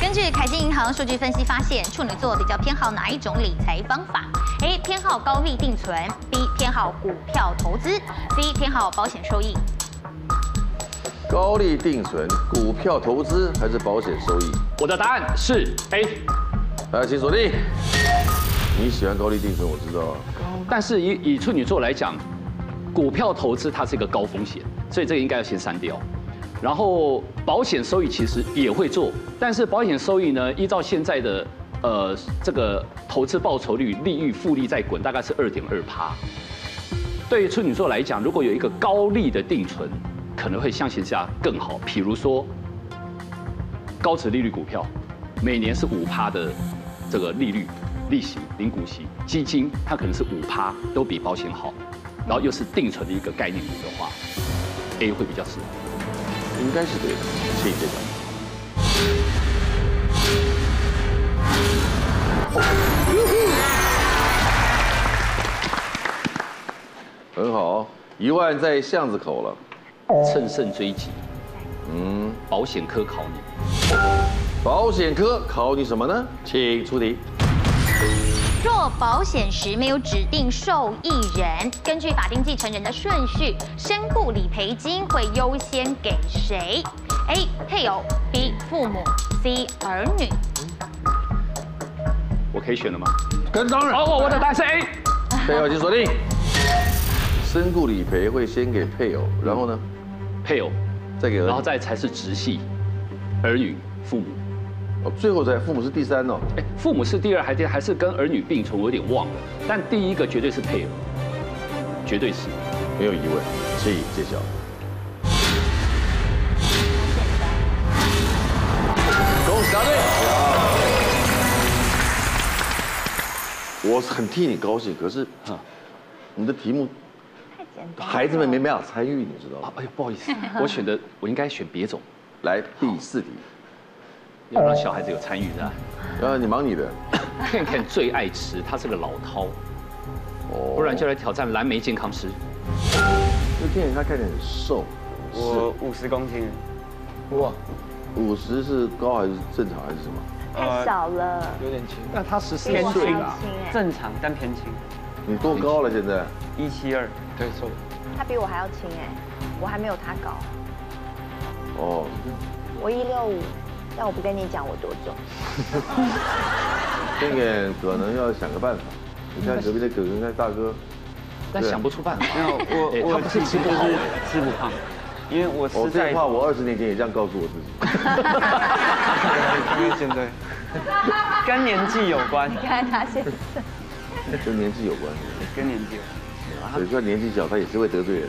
C: 根据凯基银行数据分析发现，处女座比较偏好哪一种理财方法？A. 偏好高利定存，B. 偏好股票投资，C. 偏好保险收益。
A: 高利定存、股票投资还是保险收益？
M: 我的答案是 A。
A: 来，呃请锁定。你喜欢高丽定存，我知道啊。
M: 但是以以处女座来讲，股票投资它是一个高风险，所以这个应该要先删掉。然后保险收益其实也会做，但是保险收益呢，依照现在的呃这个投资报酬率利率复利在滚，大概是二点二趴。对于处女座来讲，如果有一个高利的定存，可能会相形下更好。比如说高值利率股票，每年是五趴的这个利率利息零股息，基金它可能是五趴，都比保险好。然后又是定存的一个概念股的话，A 会比较适合。
A: 应该是对的，是对的。很好，一万在巷子口了，
M: 乘胜追击。嗯，保险科考你，
A: 保险科考你什么呢？请出 题。
C: 若保险时没有指定受益人，根据法定继承人的顺序，身故理赔金会优先给谁？A. 配偶 B. 父母 C. 儿女。
M: 我可以选了吗？
A: 跟当然。
M: 哦，我的答案是 A。
A: 配偶请锁定。身故理赔会先给配偶，然后呢？
M: 配偶，
A: 再给儿女，
M: 然后再才是直系、儿女、父母。
A: 哦，最后才父母是第三哦。
M: 哎，父母是第二，还是还是跟儿女并存？我有点忘了。但第一个绝对是配偶，绝对是，
A: 没有疑问。所以揭晓。恭喜答对。我是很替你高兴，可是你的题目孩子们没办法参与，你知道吗？
M: 哎呦，不好意思，我选的我应该选别种，
A: 来第四题。
M: 要让小孩子有参与的。啊
A: 呃，你忙你的。
M: 看看最爱吃，他是个老饕。哦。不然就来挑战蓝莓健康师。
A: 这电影他看起来很瘦，
E: 我五十公斤。
A: 哇，五十是高还是正常还是什么？
K: 太少了，
E: 有点轻。
M: 但他十四
E: 偏
M: 岁
E: 轻，
K: 欸
E: 正常但偏轻。
A: 你多高了现在？
E: 一七二，对，瘦了。
K: 他比我还要轻哎，我还没有他高。
A: 哦。
K: 我一六五。但我不跟你讲我多重，
A: 这个可能要想个办法。你看隔壁的哥哥跟大哥，
M: 但想不出办法。
E: 没有，
M: 哎
E: 我
M: 他
E: 我
M: 不是
E: 自
M: 吃
E: 己
M: 不
E: 就
M: 好
E: 是吃不胖，因为我
A: 我
E: 是
A: 哦
E: 在
A: 这话我二十年前也这样告诉我自己。
E: 因为现在 跟年纪有关，
K: 你看他现在。
A: 跟年纪有关系，
E: 跟年纪有
A: 有时候年纪小，他也是会得罪 人，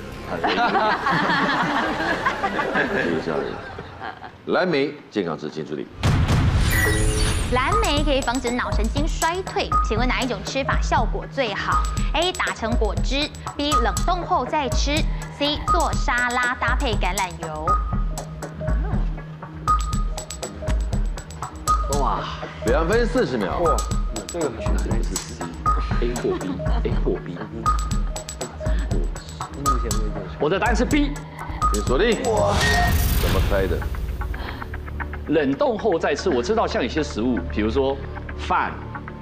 A: 有笑人。蓝莓健康吃，请助理。
C: 蓝莓可以防止脑神经衰退，请问哪一种吃法效果最好？A. 打成果汁，B. 冷冻后再吃，C. 做沙拉搭配橄榄油。
A: 哇，两分四十秒。哇，
E: 这个选
M: 哪一是 C？A 或 B？A 或 B？我的答案是 B。
A: 请锁定。哇，怎么猜的？
M: 冷冻后再吃。我知道像有些食物，比如说饭，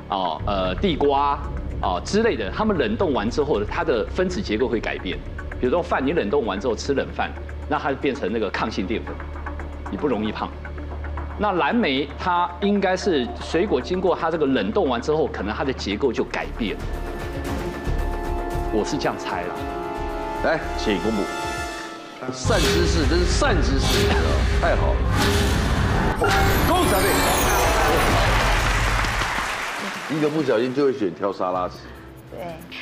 M: 哦，呃，地瓜，哦之类的，它们冷冻完之后，它的分子结构会改变。比如说饭，你冷冻完之后吃冷饭，那它就变成那个抗性淀粉，你不容易胖。那蓝莓它应该是水果经过它这个冷冻完之后，可能它的结构就改变。我是这样猜啦。
A: 来，请公布。善知识，真是善知识，你知道吗太好了。恭喜答对。一个不小心就会选挑沙拉吃。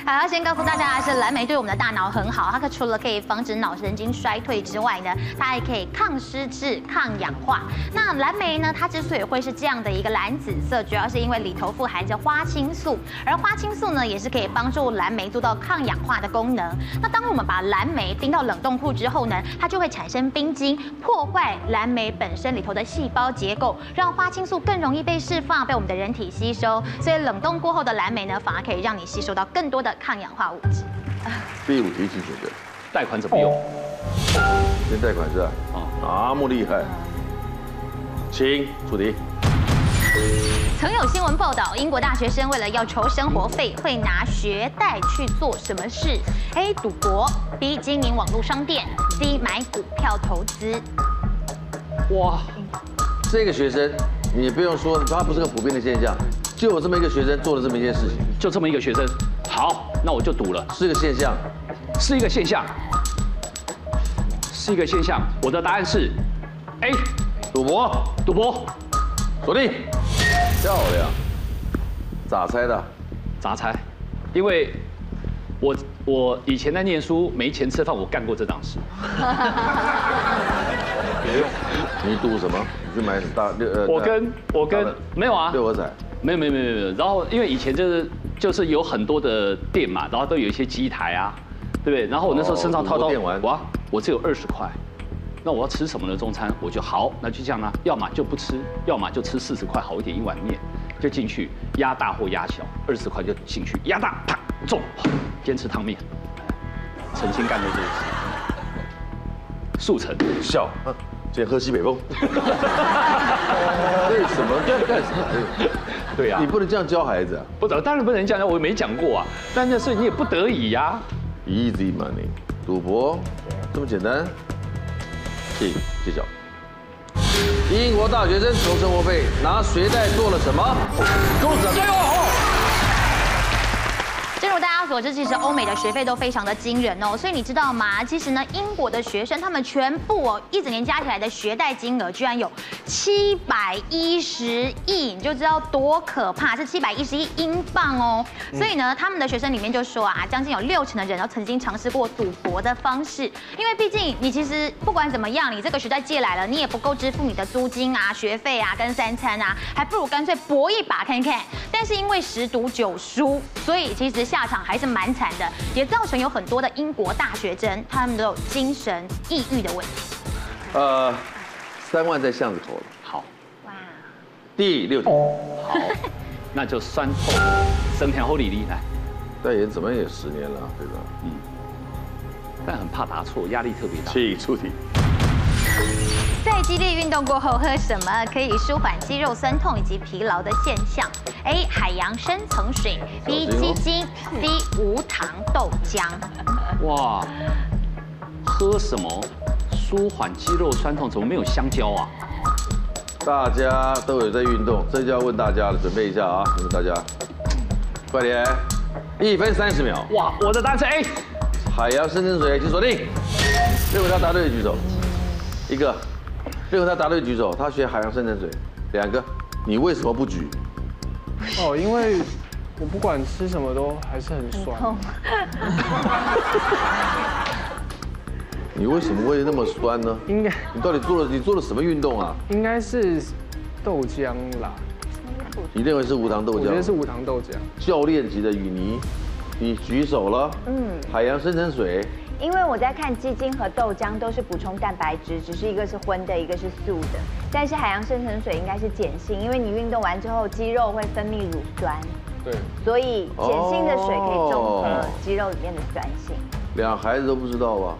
C: 好，要先告诉大家的是，蓝莓对我们的大脑很好，它可除了可以防止脑神经衰退之外呢，它还可以抗失智、抗氧化。那蓝莓呢，它之所以会是这样的一个蓝紫色，主要是因为里头富含着花青素，而花青素呢，也是可以帮助蓝莓做到抗氧化的功能。那当我们把蓝莓冰到冷冻库之后呢，它就会产生冰晶，破坏蓝莓本身里头的细胞结构，让花青素更容易被释放，被我们的人体吸收。所以冷冻过后的蓝莓呢，反而可以让你吸收到更多的抗氧化物质。
A: 第五题，请选择。
M: 贷款怎么用？
A: 先贷款是吧？啊，那么厉害。请出题。
C: 曾有新闻报道，英国大学生为了要筹生活费，会拿学贷去做什么事？A. 赌博，B. 经营网络商店，C. 买股票投资。
M: 哇，
A: 这个学生你不用说，它不是个普遍的现象，就有这么一个学生做了这么一件事情，
M: 就这么一个学生，好，那我就赌了，
A: 是个现象，
M: 是一个现象，是一个现象。我的答案是 A，
A: 赌博，
M: 赌博，
A: 锁定，漂亮，咋猜的？
M: 杂猜，因为我我以前在念书没钱吃饭，我干过这档事。
A: 你赌什么？你去买大六呃，
M: 我跟我跟没有啊，
A: 六合彩，
M: 没有没有没有没有。然后因为以前就是就是有很多的店嘛，然后都有一些机台啊，对不对？然后我那时候身上掏
A: 哦
M: 掏
A: 电玩
M: 哇，我只有二十块，那我要吃什么呢？中餐我就好，那就这样啦、要么就不吃，要么就吃四十块好一点一碗面，就进去压大或压小，二十块就进去压大，啪中，坚持汤面，曾经干过这个事，速成。
A: 笑，今天喝西北风。 为什么干干什么？
M: 对呀、
A: 你不能这样教孩子啊
M: 不得，当然不能讲，我没讲过啊。但那是你也不得已啊呀、
A: ！Easy money，赌博这么简单？请揭晓。英国大学生求生活费拿学贷做了什么？给我整
C: 正如大家所知，其实欧美的学费都非常的惊人哦，所以你知道吗？其实呢，英国的学生他们全部哦，一整年加起来的学贷金额居然有七百一十亿，你就知道多可怕，是七百一十亿英镑哦。
H: 嗯
C: 所以呢，他们的学生里面就说啊，将近有六成的人都曾经尝试过赌博的方式，因为毕竟你其实不管怎么样，你这个学贷借来了，你也不够支付你的租金啊、学费啊跟三餐啊，还不如干脆搏一把看看。但是因为十赌九输，所以其实下场还是蛮惨的，也造成有很多的英国大学生他们都有精神抑郁的问题。
A: 呃，三万在巷子口了。
M: 好，
A: 第六题。
M: 好，那就酸透生田厚里里来。
A: 代言怎么也十年了，对吧？嗯，
M: 但很怕答错，压力特别大。
A: 请出题。
C: 在激烈运动过后喝什么可以舒缓肌肉酸痛以及疲劳的现象？A. 海洋深层水，B.
M: 小心
C: 鸡
M: 哦
C: 精，C. 无糖豆浆。
M: 哇，喝什么舒缓肌肉酸痛？怎么没有香蕉啊？
A: 大家都有在运动，这就要问大家了，准备一下啊，你们大家，快点，一分三十秒。
M: 哇，我的答哎案是 A。
A: 海洋深层水，请锁定。认为他答对的举手，一个；认为他答对的举手，他学海洋深层水，两个。你为什么不举？
I: 哦，因为我不管吃什么都还是很酸。
A: 你为什么会那么酸呢？应该。你到底做了你做了什么运动啊？
I: 应该是豆浆啦，
A: 你认为是无糖豆
I: 我觉得
A: 浆
I: 是？无糖豆浆。
A: 教练级的雨泥，你举手了。
K: 嗯，
A: 海洋深层水，
K: 因为我在看鸡精和豆浆都是补充蛋白质，只是一个是荤的，一个是素的。但是海洋深层水应该是碱性，因为你运动完之后肌肉会分泌乳酸，
I: 对，
K: 所以碱性的水可以中和
A: 哦
K: 肌肉里面的酸性。
A: 俩孩子都不知道吧？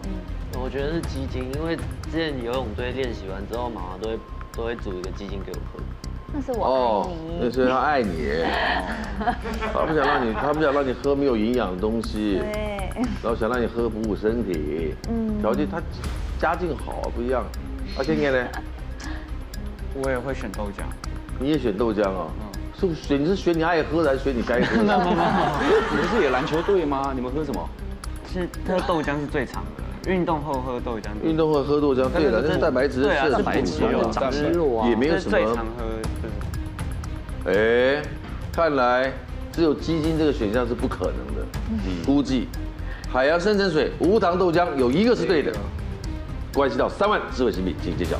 E: 我觉得是鸡精，因为之前游泳队练习完之后，妈妈都会都会煮一个鸡精给我喝。
K: 那是我爱
A: 哦那
K: 你。
A: 是他爱你， 他不想让你，他不想让你喝没有营养的东西，
K: 对，
A: 然后想让你喝补补身体。
K: 嗯
A: 条件他家境好不一样，啊，健健呢？
B: 我也会选豆浆。嗯
A: 你也选豆浆啊？是选你是选你爱喝的还是选你该 喝
B: 那那
A: 的？
B: 你们是有篮球队吗？你们喝什 么？是喝豆浆是最常的，运动后喝豆浆。
A: 运动会喝豆浆，对了，那是蛋白质，
B: 对啊，
A: 是
B: 蛋白
A: 补
B: 质
A: 充
B: 有
A: 的
B: 长肌肉啊，
A: 也没有
B: 这是
A: 什
B: 最常
A: 么。
B: 喝的。
A: 哎，看来只有鸡精这个选项是不可能的。
B: 嗯
A: 估计海洋深层水、无糖豆浆有一个是对的，关系到三万智慧新币，请揭晓。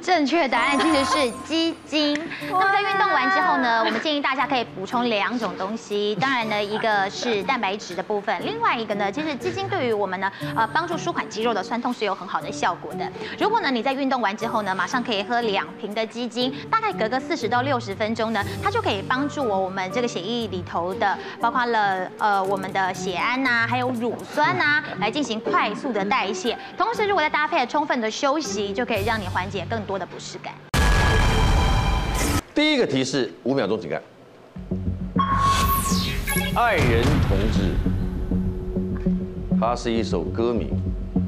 C: 正确答案其实是鸡精。那么在运动完之后呢，我们建议大家可以补充两种东西，当然呢，一个是蛋白质的部分，另外一个呢，其实鸡精对于我们呢，呃，帮助舒缓肌肉的酸痛是有很好的效果的。如果呢你在运动完之后呢，马上可以喝两瓶的鸡精，大概隔个四十到六十分钟呢，它就可以帮助我我们这个血液里头的，包括了呃我们的血氨呐、还有乳酸呐、来进行快速的代谢。同时，如果再搭配充分的休息，就可以让你缓解更多的不适感。
A: 第一个提示，五秒钟，请看。爱人同志，
O: 它是一首歌名，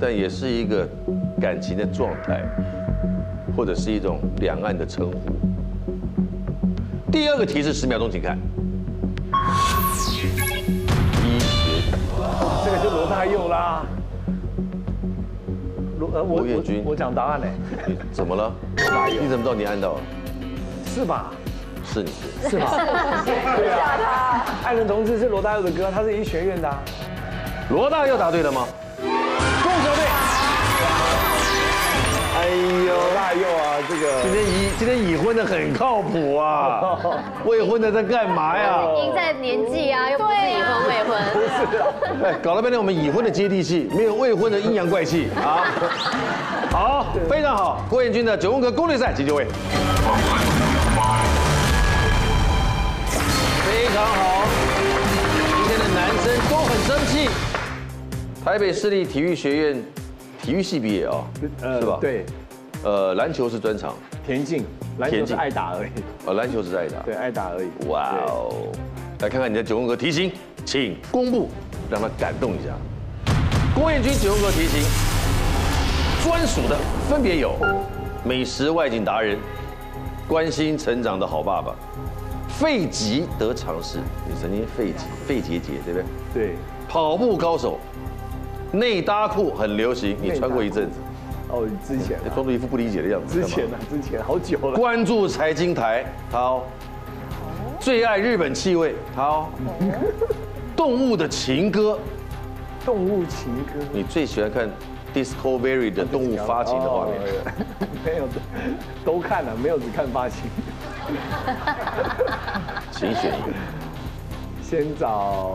O: 但也是一个感情的状态，或者是一种两岸的称呼。第二个提示十秒钟，请看。
I: 这个就罗大佑啦。罗呃，我
O: 罗
I: 我
O: 彦军
I: 我讲答案呢，
O: 你怎么了？你怎么知道你按到了？
I: 是吧？
O: 是你。
I: 是吧？对啊，爱人同志是罗大佑的歌，他是医学院的、啊。
O: 罗大佑答对了吗？
I: 动手队。
A: 哎呦，
I: 大佑啊，这个
A: 今天已今天已婚的很靠谱啊，未婚的在干嘛呀？
E: 赢在年纪啊，又不是已婚未婚。不是
A: 哎， 搞了半天我们已婚的接地气，没有未婚的阴阳怪气啊。 好，非常好，郭彦军的九宫格攻略赛，请就位。非常好，今天的男生都很生气。台北市立体育学院体育系毕业啊、是吧？
I: 对。
A: 呃，篮球是专长，
I: 田径，篮球是爱打而已。
A: 哦，篮球是爱打，
I: 对，爱打而已。
A: 哇哦！来看看你的九宫格题型，请公布，让他感动一下。郭彦军九宫格题型专属的分别有美食外景达人、关心成长的好爸爸、肺极得常识，你曾经肺极肺结节对不对？
I: 对。
A: 跑步高手，内搭裤很流行，你穿过一 阵子。哎
I: 哦，之前啊
A: 装出一副不理解的样子。
I: 之前呢、啊，之前好久了。
A: 关注财经台，他哦，最爱日本气味，他哦，动物的情歌，
I: 动物情歌，
A: 你最喜欢看 Disco Berry 的动物发情的画面。
I: 哦 没有，都看了，没有只看发型。
A: 请选一个
I: 先找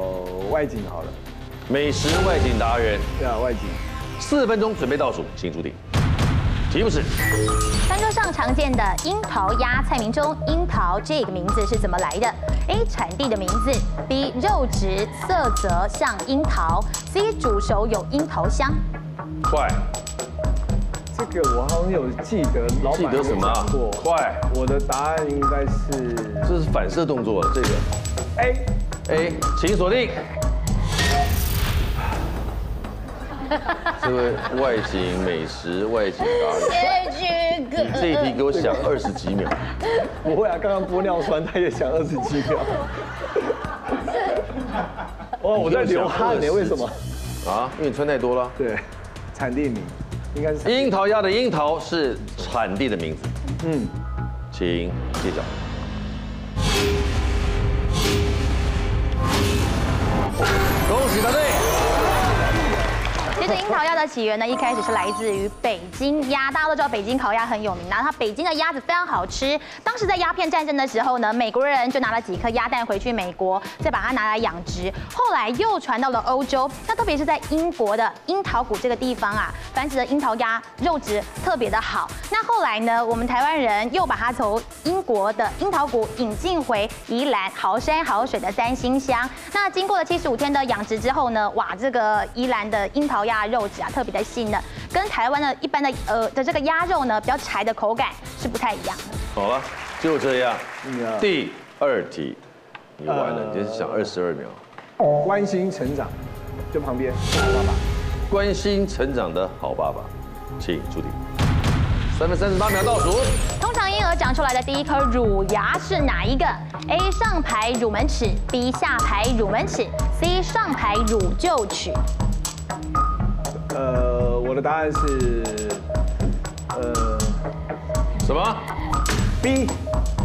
I: 外景好了，
A: 美食外景达人，
I: 对啊，外景。
A: 四分钟准备倒数，请注定。题目是
C: 餐桌上常见的樱桃鸭，蔡明忠“樱桃”这个名字是怎么来的？A. 产地的名字，B. 肉质色泽像樱桃，C. 煮熟有樱桃香。
A: 快，
I: 这个我好像有记得，老板
A: 记得什么啊
I: 有讲过
A: 快，
I: 我的答案应该是
A: 这是反射动作，这个
I: A。
A: A，请锁定。这位外景美食外景达人，
E: 结局
A: 你这一题给我想二十几秒。
I: 不会啊，刚刚玻尿酸他也想二十几 秒。哦，我在流汗
A: 欸
I: 呢，为什么？
A: 啊，因为你穿太多了。
I: 对，产地名应该是
A: 樱桃鸭的樱桃是产地的名字，
I: 嗯，
A: 请揭晓。恭喜答对。
C: 其实樱桃鸭的起源呢，一开始是来自于北京鸭。大家都知道北京烤鸭很有名啊，它北京的鸭子非常好吃。当时在鸦片战争的时候呢，美国人就拿了几颗鸭蛋回去美国，再把它拿来养殖。后来又传到了欧洲，那特别是在英国的樱桃谷这个地方啊，繁殖的樱桃鸭肉质特别的好。那后来呢，我们台湾人又把它从英国的樱桃谷引进回宜兰好山好水的三星乡。那经过了七十五天的养殖之后呢，哇，这个宜兰的樱桃鸭肉质啊特别的细嫩，跟台湾的一般的呃的这个鸭肉呢比较柴的口感是不太一样的。
A: 好了，就这样
I: 嗯啊。
A: 第二题，你完了，
I: 呃
A: 你就是想二十二秒。
I: 关心成长，就旁边。
A: 关心成长的好爸爸，请注定。三分三十八秒倒数，
C: 通常婴儿长出来的第一颗乳牙是哪一个？A 上排乳门齿，B 下排乳门齿，C 上排乳臼齿。
I: 呃，我的答案是，呃，
A: 什么？B，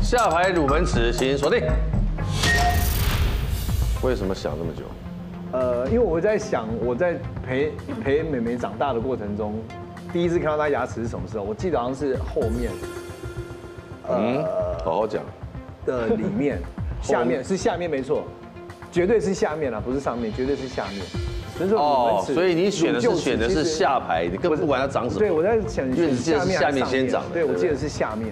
A: 下排乳门齿，请锁定。为什么想这么久？
I: 呃，因为我在想，我在陪陪美美长大的过程中，第一次看到她牙齿是什么时候？我记得好像是后面呃
A: 嗯，好好讲。
I: 的里 面，下面是下面没错，绝对是下面啦，啊不是上面，绝对是下面。所以说乳门齿
A: 哦所以你选的
I: 乳臼
A: 是
I: 齿
A: 选的
I: 其
A: 是
I: 实
A: 下排，你根本不管它长什么。
I: 对，我在想
A: 因为你记得
I: 下
A: 是
I: 面
A: 下
I: 还是
A: 面先长的。
I: 对，我记得
A: 不
I: 是下面，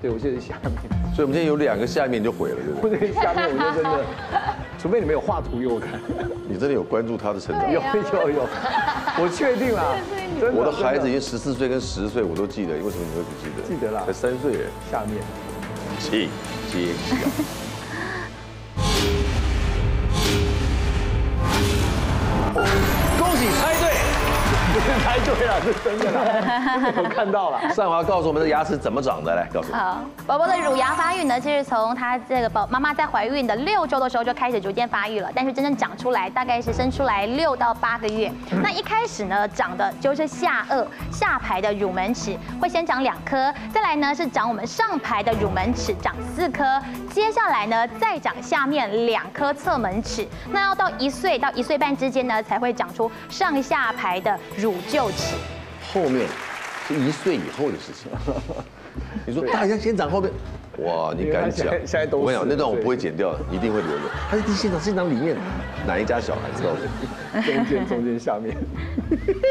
I: 对我记得是下面，
A: 所以我们今天有两个下面就毁了，对不
I: 我
A: 对？
I: 这个下面我就真的，除非你们有画图给我看，
A: 你真的有关注他的成长？
I: 有有有，我确定啦，真
A: 我的孩子已
I: 真
A: 经十四岁跟十岁，我都记得，为什么你会不记得？
I: 记得啦
A: 才三岁耶。
I: 下面
A: 请揭晓。恭喜
I: 不是猜对了，是真的啦，我看到了。
A: 善华告诉我们的牙齿怎么长的，来告诉我。
C: 好，宝宝的乳牙发育呢，其实从她这个宝妈妈在怀孕的六周的时候就开始逐渐发育了，但是真正长出来大概是生出来六到八个月。那一开始呢，长的就是下颚下排的乳门齿，会先长两颗，再来呢是长我们上排的乳门齿，长四颗，接下来呢再长下面两颗侧门齿。那要到一岁到一岁半之间呢，才会长出上下排的乳臼齿。
A: 后面是一岁以后的事 情。你说大家先长后面，啊哇，你敢讲？
I: 因为他现在现在都是
A: 我跟你讲，那段我不会剪掉的，一定会留着。他是现场现场里面哪一家小孩知道的？
I: 中间中间下面。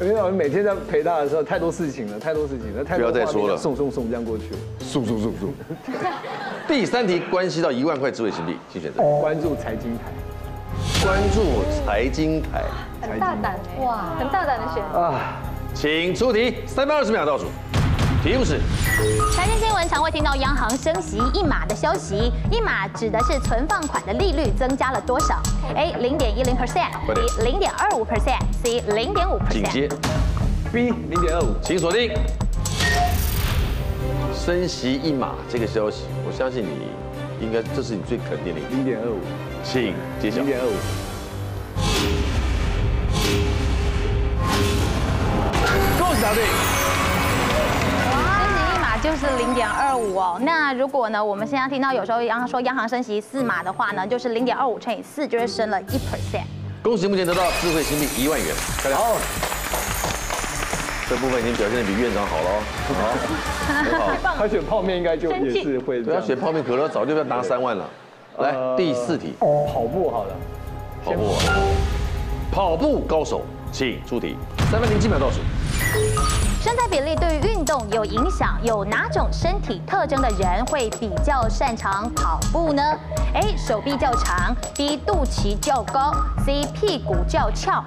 I: 没有，每天在陪他的时候太多事情了，太多事情了，太多
A: 不要再说了
I: 画面送送送这样过去了。
A: 速速速速。 第三题关系到一万块智慧新币，请选择。
I: 关注财经台。
A: 关注财经台，
P: 很大胆哇，很大胆的选择。
A: 啊，请出题，三百二十秒倒数，题目是。
C: 财经新闻常会听到央行升息一码的消息，一码指的是存放款的利率增加了多少？A 零点一零 percent，B 零点二五 percent，C 零点五
A: 紧
C: percent。
A: 接
I: B 零点二五，
A: 请锁定。升息一码这个消息，我相信你应该这是你最肯定的。
I: 零点二五，
A: 请揭晓。
I: 零点二五。
A: 恭喜答对。
C: 升息一码就是零点二五哦。那如果呢，我们现在听到有时候央行说央行升息四码的话呢，就是零点二五乘以四，就是升了一 percent。
A: 恭喜目前得到智慧新币一万元，漂亮。这部分已经表现的比院长好了哦。
I: 他选泡面应该就
A: 生
I: 也
A: 气
I: 是会这
A: 对
I: 样。
A: 啊，选泡面可乐早就要拿三万了。来，
I: 呃
A: 哎第四题，
I: 跑步好了，
A: 跑步啊，跑步高手，请出题，三分零七秒倒数。
C: 身材比例对于运动有影响，有哪种身体特征的人会比较擅长跑步呢？A. 手臂较长，B. 肚脐较高，C. 屁股较翘。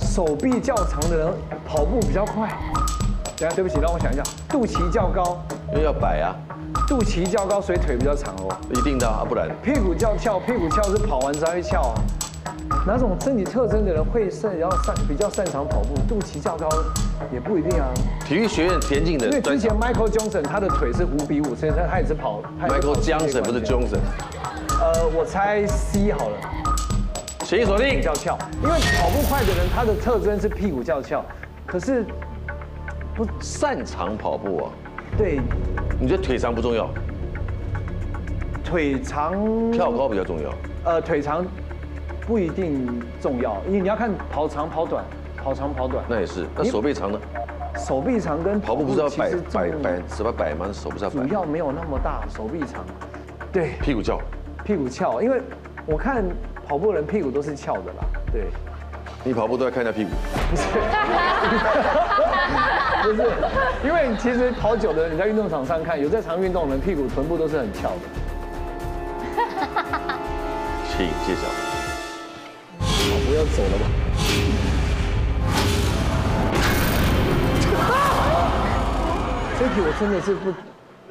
I: 手臂较长的人跑步比较快。等一下，对不起，让我想一下，肚脐较高，
A: 因为要摆啊，
I: 肚脐较高，所以腿比较长哦。
A: 一定的啊，不然
I: 屁股较翘，屁股翘是跑完才会翘啊。哪种身体特征的人会擅比较擅比较擅长跑步？肚脐较高也不一定啊，
A: 体育学院田径
I: 因
A: 的
I: 为
A: 专
I: 之
A: 长
I: 前 Michael Johnson 他的腿是五比五，所以他他也是跑。他也是跑
A: Michael
I: 世界
A: Johnson 不是
I: 冠军
A: Johnson，
I: 呃，我猜 C 好了。
A: 请锁定
I: 比较翘，因为跑步快的人他的特征是屁股较翘，可是
A: 不擅长跑步啊。
I: 对
A: 你觉得腿长不重要，
I: 嗯腿长
A: 跳高比较重要。
I: 呃腿长不一定重要，因为你要看跑长跑短，跑长跑短。
A: 那也是，那手臂长呢？
I: 手臂长跟
A: 跑步不是要
I: 其
A: 摆
I: 实
A: 摆
I: 重
A: 摆什么摆吗？手不是要摆
I: 主，要没有那么大，手臂长，对，
A: 屁股翘。
I: 屁股翘，因为我看跑步的人屁股都是翘的啦，对，
A: 你跑步都要看一下屁股。
I: 不是，因为其实跑久的人，你在运动场上看，有在常运动的人，屁股臀部都是很翘的。
A: 请揭晓。
I: 不要走了吧？这题我真的是不，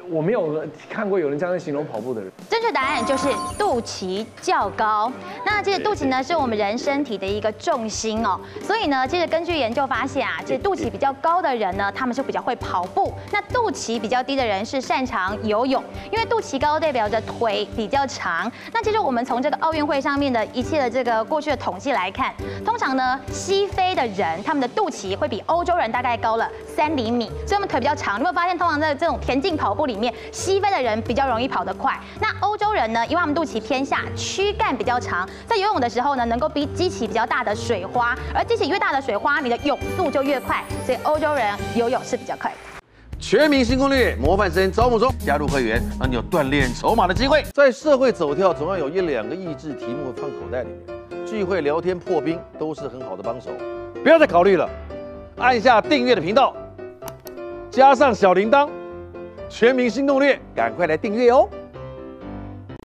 I: 我没有看过有人这样形容跑步的人。
C: 正确答案就是肚脐较高。那其实肚脐呢是我们人身体的一个重心哦，所以呢，其实根据研究发现啊，其实肚脐比较高的人呢，他们是比较会跑步；那肚脐比较低的人是擅长游泳，因为肚脐高代表着腿比较长。那其实我们从这个奥运会上面的一切的这个过去的统计来看，通常呢，西非的人他们的肚脐会比欧洲人大概高了三厘米，所以他们腿比较长。你会发现，通常在这种田径跑步里面，西非的人比较容易跑得快。那欧洲人呢，因为他们肚脐偏下，躯干比较长，在游泳的时候呢，能够逼激起比较大的水花，而激起越大的水花，你的泳速就越快，所以欧洲人游泳是比较快的。
A: 全民新攻略，模范生招募中，加入会员，让你有锻炼筹码的机会。在社会走跳，总要有一两个益智题目放口袋里面，聚会聊天破冰都是很好的帮手。不要再考虑了，按下订阅的频道，加上小铃铛，全民新攻略，赶快来订阅哦。